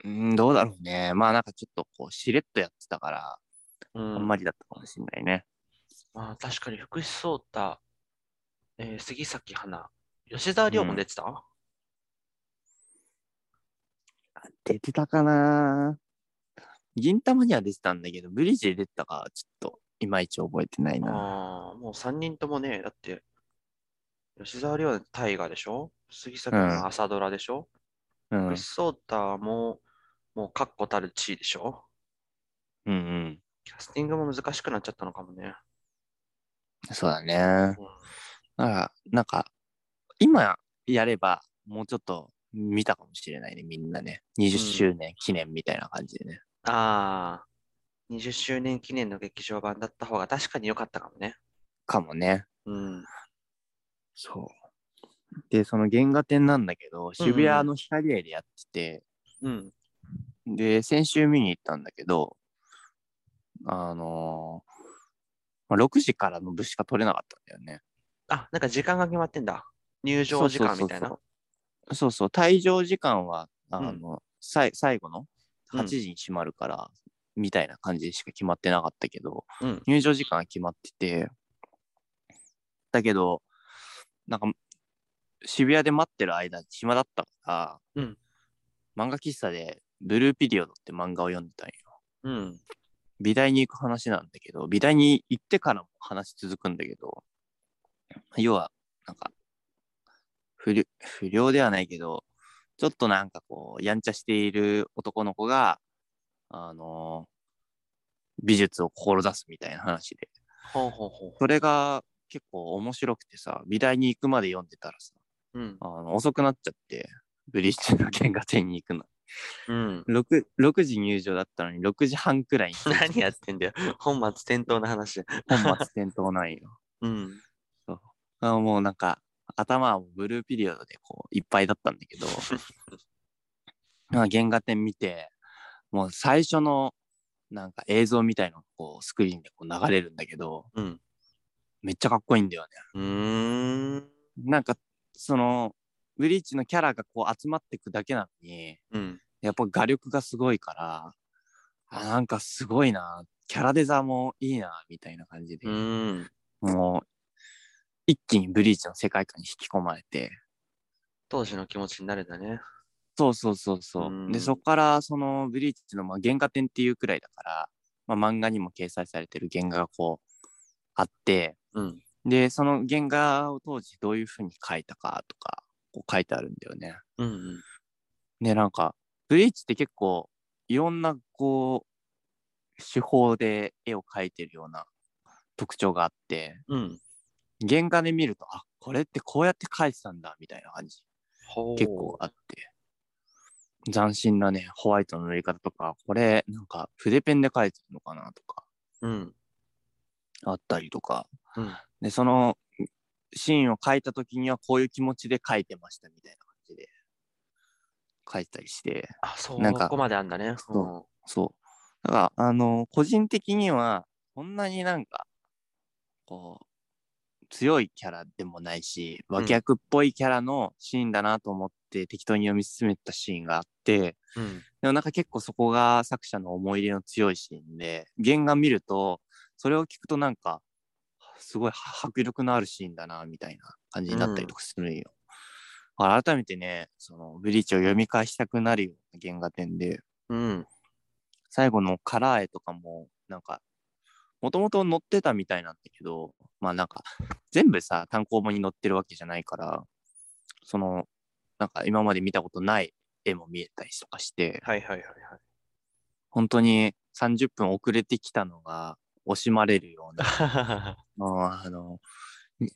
S2: うーん、どうだろうね。まあ、なんかちょっと、こう、しれっとやってたから、
S1: うん。
S2: あんま
S1: り。
S2: りだったかもしれないね。
S1: まあ確かに福士蒼太、えー杉咲花、吉沢亮も出てた、
S2: 出てたかな銀玉には出てたんだけど、ブリッジで出てたか、ちょっと、いまいち覚えてないな。
S1: ああ、もう3人ともね、だって、吉沢亮は大河でしょ杉咲花
S2: うん
S1: は朝ドラでしょ、
S2: うん、う
S1: 福
S2: ん
S1: 士蒼太はもう、もう確固たる地位でしょ
S2: うん。
S1: キャスティングも難しくなっちゃったのかもね。
S2: そうだね。
S1: うん
S2: だから、なんか、今やれば、もうちょっと見たかもしれないね、みんなね。20周年記念みたいな感じでね。
S1: ああ、20周年記念の劇場版だった方が確かに良かったかもね。
S2: かもね。
S1: うん。
S2: そう。で、その原画展なんだけど、渋谷の光栄でやって
S1: うん。
S2: て、で、先週見に行ったんだけど、あのーまあ6時からの部しか取れなかったんだよね。
S1: あ、なんか時間が決まってんだ。入場時間みたいな
S2: そう。そうそうそう、退場時間は、あの、さい最後の
S1: うん
S2: 8時に閉まるから、みたいな感じでしか決まってなかったけど、
S1: うん
S2: 入場時間が決まってて、だけど、なんか、渋谷で待ってる間、暇だったから、
S1: うん
S2: 漫画喫茶で、ブルーピリオドって漫画を読んでたんよ。
S1: うん。
S2: 美大に行く話なんだけど、美大に行ってからも話続くんだけど、要は、なんか、不良、不良ではないけど、ちょっとなんかこう、やんちゃしている男の子が、あの美術を志すみたいな話で、
S1: ほうほうほう。
S2: それが結構面白くてさ、美大に行くまで読んでたらさ、
S1: うん。
S2: あの遅くなっちゃって、ブリッジの見学展に行くの。
S1: うん。
S2: 6, 6時入場だったのに6時半くらいに
S1: 何やってんだよ。本末転倒な話。
S2: 本末転倒なんよ。
S1: うん。
S2: あもうなんか頭はもうブルーピリオドでこういっぱいだったんだ けどまあ原画展見てもう最初のなんか映像みたいのがこうスクリーンでこう流れるんだけど
S1: うん。
S2: めっちゃかっこいいんだよね。
S1: うーん。
S2: なんかそのブリーチのキャラがこう集まってくだけなのに
S1: うん。
S2: やっぱ画力がすごいからあなんかすごいなキャラデザもいいなみたいな感じで、
S1: うん。
S2: もう一気にブリーチの世界観に引き込まれて
S1: 当時の気持ちになれたね。
S2: そうそうそうそうう。
S1: ん
S2: で、そこから、その、ブリーチの、まあ、原画展っていうくらいだから、まあ、漫画にも掲載されてる原画がこう、あって、
S1: うん。
S2: で、その原画を当時どういうふうに描いたかとか、こう書いてあるんだよね。
S1: うんうん。
S2: ね、なんか、ブリーチって結構、いろんな、こう、手法で絵を描いてるような特徴があって、
S1: うん。
S2: 原画で見ると、あ、これってこうやって描いてたんだ、みたいな感じ。
S1: ほう
S2: 結構。あって。斬新なね、ホワイトの塗り方とか、これ、なんか筆ペンで描いてるのかなとか、
S1: うん。
S2: あったりとか。
S1: うん
S2: で、そのシーンを描いた時には、こういう気持ちで描いてましたみたいな感じで、描いたりして、
S1: あ、そう、
S2: なんか
S1: ここまであんだね。
S2: そそう。だから、あの、個人的には、そんなになんか、こう、強いキャラでもないし、
S1: ん
S2: 脇役っぽいキャラのシーンだなと思って適当に読み進めたシーンがあって、
S1: うん。うん。
S2: でもなんか結構そこが作者の思い入れの強いシーンで、原画見ると、それを聞くとなんか、すごいは迫力のあるシーンだな、みたいな感じになったりとかするんよ。まあ改めてね、そのブリーチを読み返したくなるような原画展で、
S1: うん。
S2: 最後のカラー絵とかも、なんか、もともと載ってたみたいなんだけど、まあなんか、全部さ、単行本に載ってるわけじゃないから、その、なんか今まで見たことない絵も見えたりとかして、
S1: はいはいはいはい。
S2: 本当に30分遅れてきたのが惜しまれるよ うな もうあのに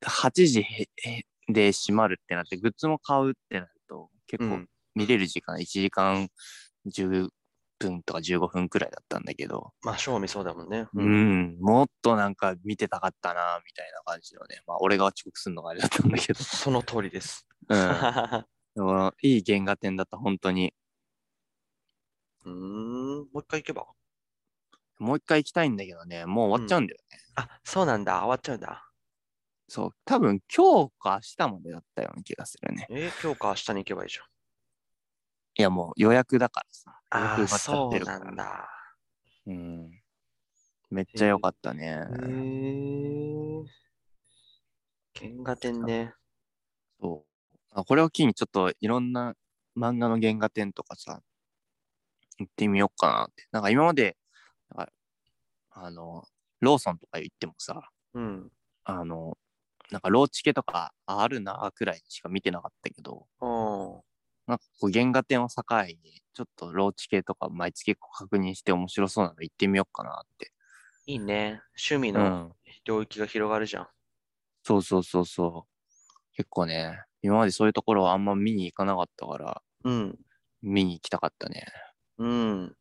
S2: 8時へへで閉まるってなってグッズも買うってなると結
S1: う
S2: 構
S1: ん
S2: 見れる時間1時間10分とか15分くらいだったんだけど、
S1: まあ、賞味そうだもんね。
S2: うん。もっとなんか見てたかったなみたいな感じのねまあ俺が遅刻するのがあれだったんだけど、
S1: その通りです。
S2: うん、
S1: う
S2: でもいい原画展だった本当に
S1: ーん。もう一回行けば。
S2: もう一回行きたいんだけどねもう終わっちゃうんだよね、
S1: あ、そうなんだ。終わっちゃうんだ。
S2: そう多分今日か明日までだったような気がするね
S1: えー、今日か明日に行けばいいじ
S2: いやもう予約だからさ。
S1: ゃん。あ
S2: 予
S1: あ、
S2: 約埋ま
S1: そ
S2: っ
S1: う
S2: ちゃ
S1: な
S2: って
S1: ん
S2: るから。
S1: だ。
S2: うん。めっちゃ良かったね
S1: へ。ー。原画展ね。
S2: そうあ。これを機にちょっといろんな漫画の原画展とかさ、行ってみようかなって。なんか今まで、なんかあの、ローソンとか行ってもさ、
S1: うん。
S2: あの、なんかローチケとかあるなくらいしか見てなかったけど、
S1: おー
S2: なんかこう原画展を境に、ちょっとローチ系とか毎月こう確認して面白そうなの行ってみようかなって。
S1: いいね。趣味
S2: う
S1: の
S2: ん。
S1: 領域が広がるじゃん。
S2: そうそうそうそう。結構ね、今までそういうところはあんま見に行かなかったから、
S1: うん。
S2: 見に行きたかったね。
S1: うん。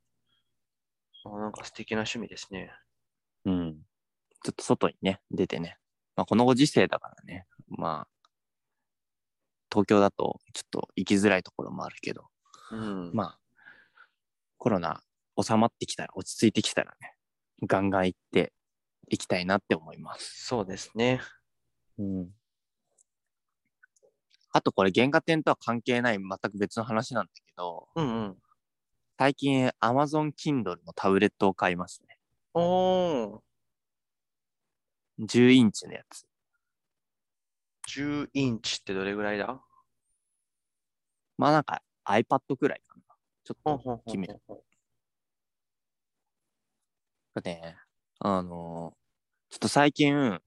S1: あなんか素敵な趣味ですね。
S2: うん。ちょっと外にね、出てね。まあ、このご時世だからね。まあ、東京だとちょっと行きづらいところもあるけど、
S1: うん。
S2: まあ、コロナ収まってきたら、落ち着いてきたらね、ガンガン行って行きたいなって思います。
S1: そうですね。
S2: うん。あとこれ原画展とは関係ない全く別の話なんだけど、
S1: うんうん。
S2: 最近 Amazon Kindle のタブレットを買いましたね。
S1: おー、
S2: 10インチのやつ。
S1: 10インチってどれぐらいだ
S2: まあなんか iPad くらいかな。ちょ
S1: ほん
S2: っ
S1: ほんほん
S2: 大きめ
S1: ほんほ
S2: とね、あのーちょっと最近、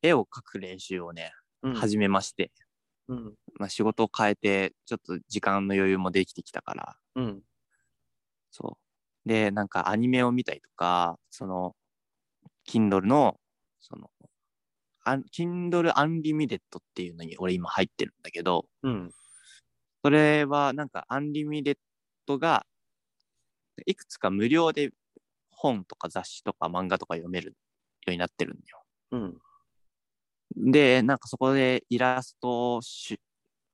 S2: 絵を描く練習をね、
S1: んうん
S2: 始めまして、
S1: うん。
S2: まあ仕事を変えて、ちょっと時間の余裕もできてきたから、
S1: うん。
S2: そう。で、なんかアニメを見たりとか、その、Kindle の、その、あ Kindle Unlimited っていうのに俺今入ってるんだけど、
S1: うん。
S2: それはなんかアンリミレットがいくつか無料で本とか雑誌とか漫画とか読めるようになってるんだよ。
S1: うん。
S2: で、なんかそこでイラストをし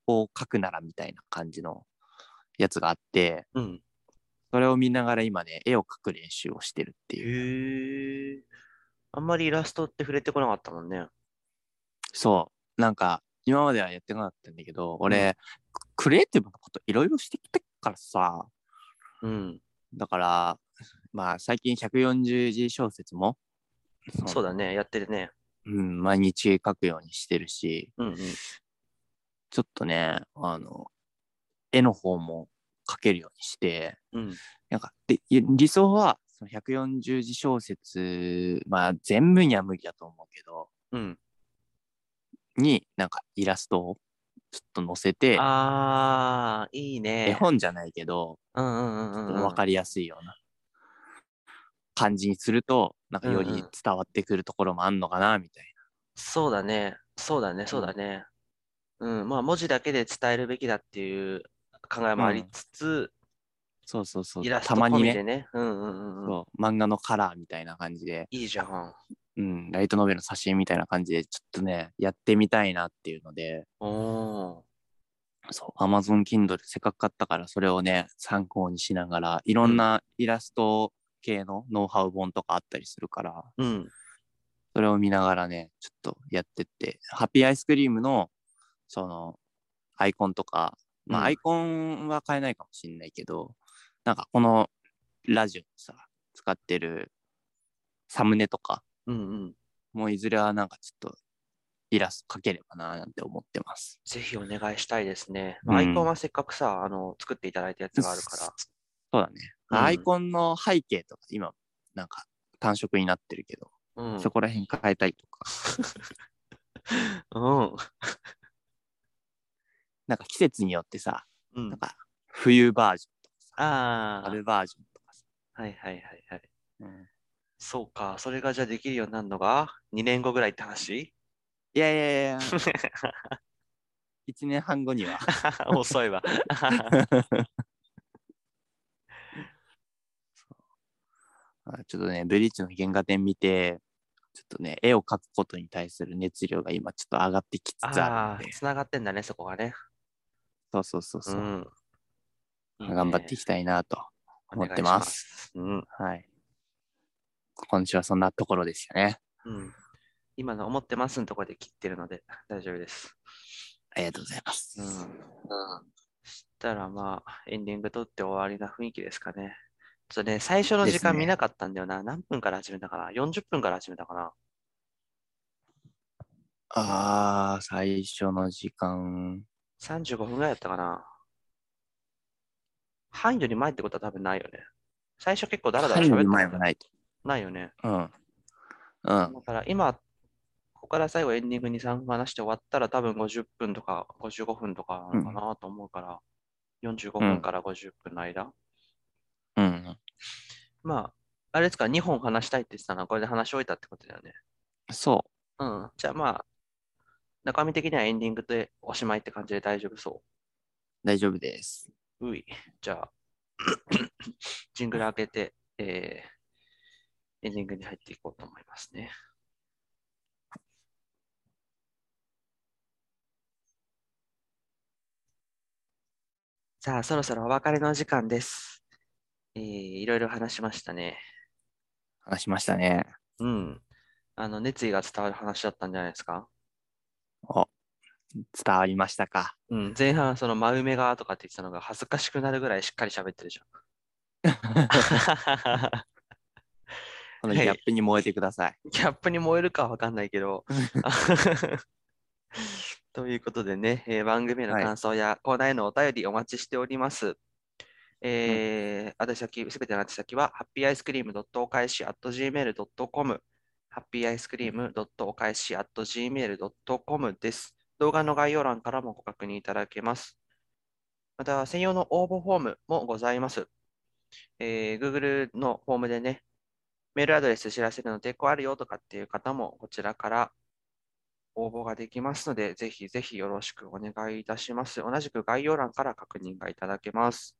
S2: を描くならみたいな感じのやつがあって、
S1: うん。
S2: それを見ながら今ね、絵を描く練習をしてるってい
S1: へ
S2: う。
S1: え。あんまりイラストって触れてこなかったもんね。
S2: そう。なんか今まではやってなかったんだけど、俺、クリエイティブなこといろいろしてきたからさ、
S1: うん。
S2: だから、まあ最近140字小説も、の
S1: そうだね。やってるね。
S2: うん、毎日書くようにしてるし、
S1: うんうん。
S2: ちょっとね、あの、絵の方も描けるようにして、
S1: うん。
S2: なんか、で、い理想は、その140字小説、まあ全部には無理だと思うけど、
S1: うん。
S2: になんかイラストをちょっと載せて、
S1: ああ、いいね。
S2: 絵本じゃないけど、
S1: うんうんうんうんうん。
S2: わかりやすいような感じにすると、なんかよ
S1: うんう
S2: り
S1: ん
S2: 伝わってくるところもあんのかな、みたい
S1: そうだね。そうだね。そうだね。うん。まあ、文字だけで伝えるべきだっていう考えもありつつ、
S2: な。そうそうそう
S1: イラ。ス
S2: た
S1: ト
S2: ま
S1: 込
S2: に
S1: みで
S2: ね、
S1: ね。うんうんうんうん。
S2: そう漫画のカラーみたいな感じで、
S1: いいじゃん。
S2: うん、ライトノベルの挿絵みたいな感じで、ちょっとね、やってみたいなっていうので、
S1: おー。
S2: そう、Amazon Kindle せっかく買ったから、それをね、参考にしながら、いろんなイラスト系のノウハウ本とかあったりするから、
S1: うん。
S2: それを見ながらね、ちょっとやってって、ハッピーアイスクリームの、その、アイコンとか、まあ、
S1: うん
S2: アイコンは変えないかもしんないけど、なんかこのラジオのさ、使ってるサムネとか、
S1: うんうん。
S2: もういずれはなんかちょっとイラスト描ければなーなんて思ってます。
S1: ぜひお願いしたいですね。
S2: うん
S1: アイコンはせっかくさ、あの、作っていただいたやつがあるから。
S2: そうだね。
S1: うん
S2: アイコンの背景とか、今、なんか単色になってるけど、
S1: うん。
S2: そこら辺変えたりとか、
S1: うん。
S2: なんか季節によってさ、
S1: うん
S2: なんか冬バージョンとかさ、
S1: ああ。は
S2: 春
S1: い
S2: バージョンとかさ、
S1: はいはいはい。
S2: うん
S1: そうか。それがじゃあできるようになるのが2年後ぐらいって話
S2: いやいやいや、1年半後に は。
S1: 遅いわ。
S2: あちょっとね、ブリーチの原画展見て、ちょっとね、絵を描くことに対する熱量が今ちょっと上がってきつつあ
S1: ああ
S2: るん、で、
S1: つながってんだね、そこがね。
S2: そうそうそうそう、
S1: ん。いいね
S2: 頑張っていきたいなと思ってます。
S1: お願いします
S2: はい。今週はそんなところですよね。
S1: うん。うん。今の思ってますのところで切ってるので大丈夫です。
S2: ありがとうございます。
S1: うん。うん。したらまあ、エンディング取って終わりな雰囲気ですかね。ちょっとね、最初の時
S2: です
S1: 間
S2: ね
S1: 見なかったんだよな。何分から始めたかな ?40 分から始めたかな
S2: ああ、最初の時間。
S1: ?35 分ぐらいだったかな範囲より前ってことは多分ないよね。最初結構ダラダラ喋
S2: 帰
S1: って
S2: る
S1: た
S2: 前
S1: んだ
S2: もないと。
S1: ないよね。
S2: うん。うん。
S1: だから今、ここから最後エンディングに3分話して終わったら多分50分とか55分とかなのかなと思うから、45
S2: うん
S1: 分から50分の間。
S2: うん。
S1: まあ、あれですか、2本話したいって言ってたのはこれで話し終えたってことだよね。
S2: そ。
S1: うん。じゃあまあ、中身的にはエンディングでおしまいって感じで大丈夫そう
S2: 大丈夫です。
S1: う。うい。じゃあ、 ジングル開けて、えーエンディングに入っていこうと思いますね。さあ、そろそろお別れの時間です。えーいろいろ話しましたね。
S2: 話しましたね。
S1: うん。あの、熱意が伝わる話だったんじゃないですか。
S2: 伝わりましたか。
S1: うん、前半、その真梅がとかって言ってたのが恥ずかしくなるぐらいしっかり喋ってるじゃん。
S2: このギャップに燃えてください。
S1: ギャップに燃えるかわかんないけど。 ということでね、えー番組への
S2: はい
S1: 感想やコーナーへのお便りお待ちしております。えー、宛先、すべての宛先は、ハッピーアイスクリームお返し .gmail.com、ハッピーアイスクリームお返し .gmail.com です。動画の概要欄からもご確認いただけます。また、専用の応募フォームもございます。えー Google のフォームでね、メールアドレス知らせるの抵抗あるよとかっていう方もこちらから応募ができますので、ぜひぜひよろしくお願いいたします。同じく概要欄から確認がいただけます。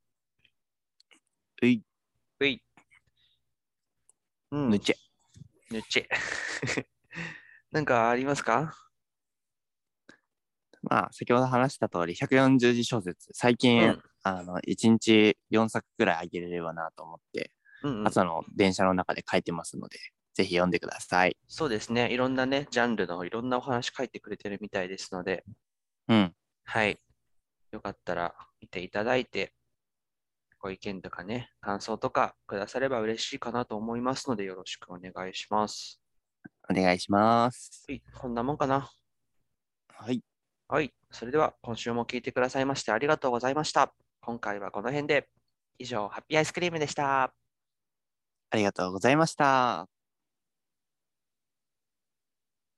S2: ういう
S1: い。うん、
S2: ぬちえ。
S1: ぬち。 なんかありますか
S2: まあ、先ほど話した通り、140字小説、最
S1: う
S2: 近、
S1: ん。
S2: あの、1日4作くらいあげれればなと思って、
S1: うんうん、
S2: 朝の電車の中で書いてますので、ぜひ読んでください。
S1: そうですね。いろんなね、ジャンルのいろんなお話書いてくれてるみたいですので、
S2: うん。
S1: はい。よかったら見ていただいて、ご意見とかね、感想とかくだされば嬉しいかなと思いますので、よろしくお願いします。
S2: お願いします。
S1: はい、こんなもんかな。
S2: はい。
S1: はい。それでは、今週も聞いてくださいましてありがとうございました。今回はこの辺で。以上、ハッピーアイスクリームでした。
S2: ありがとうございました。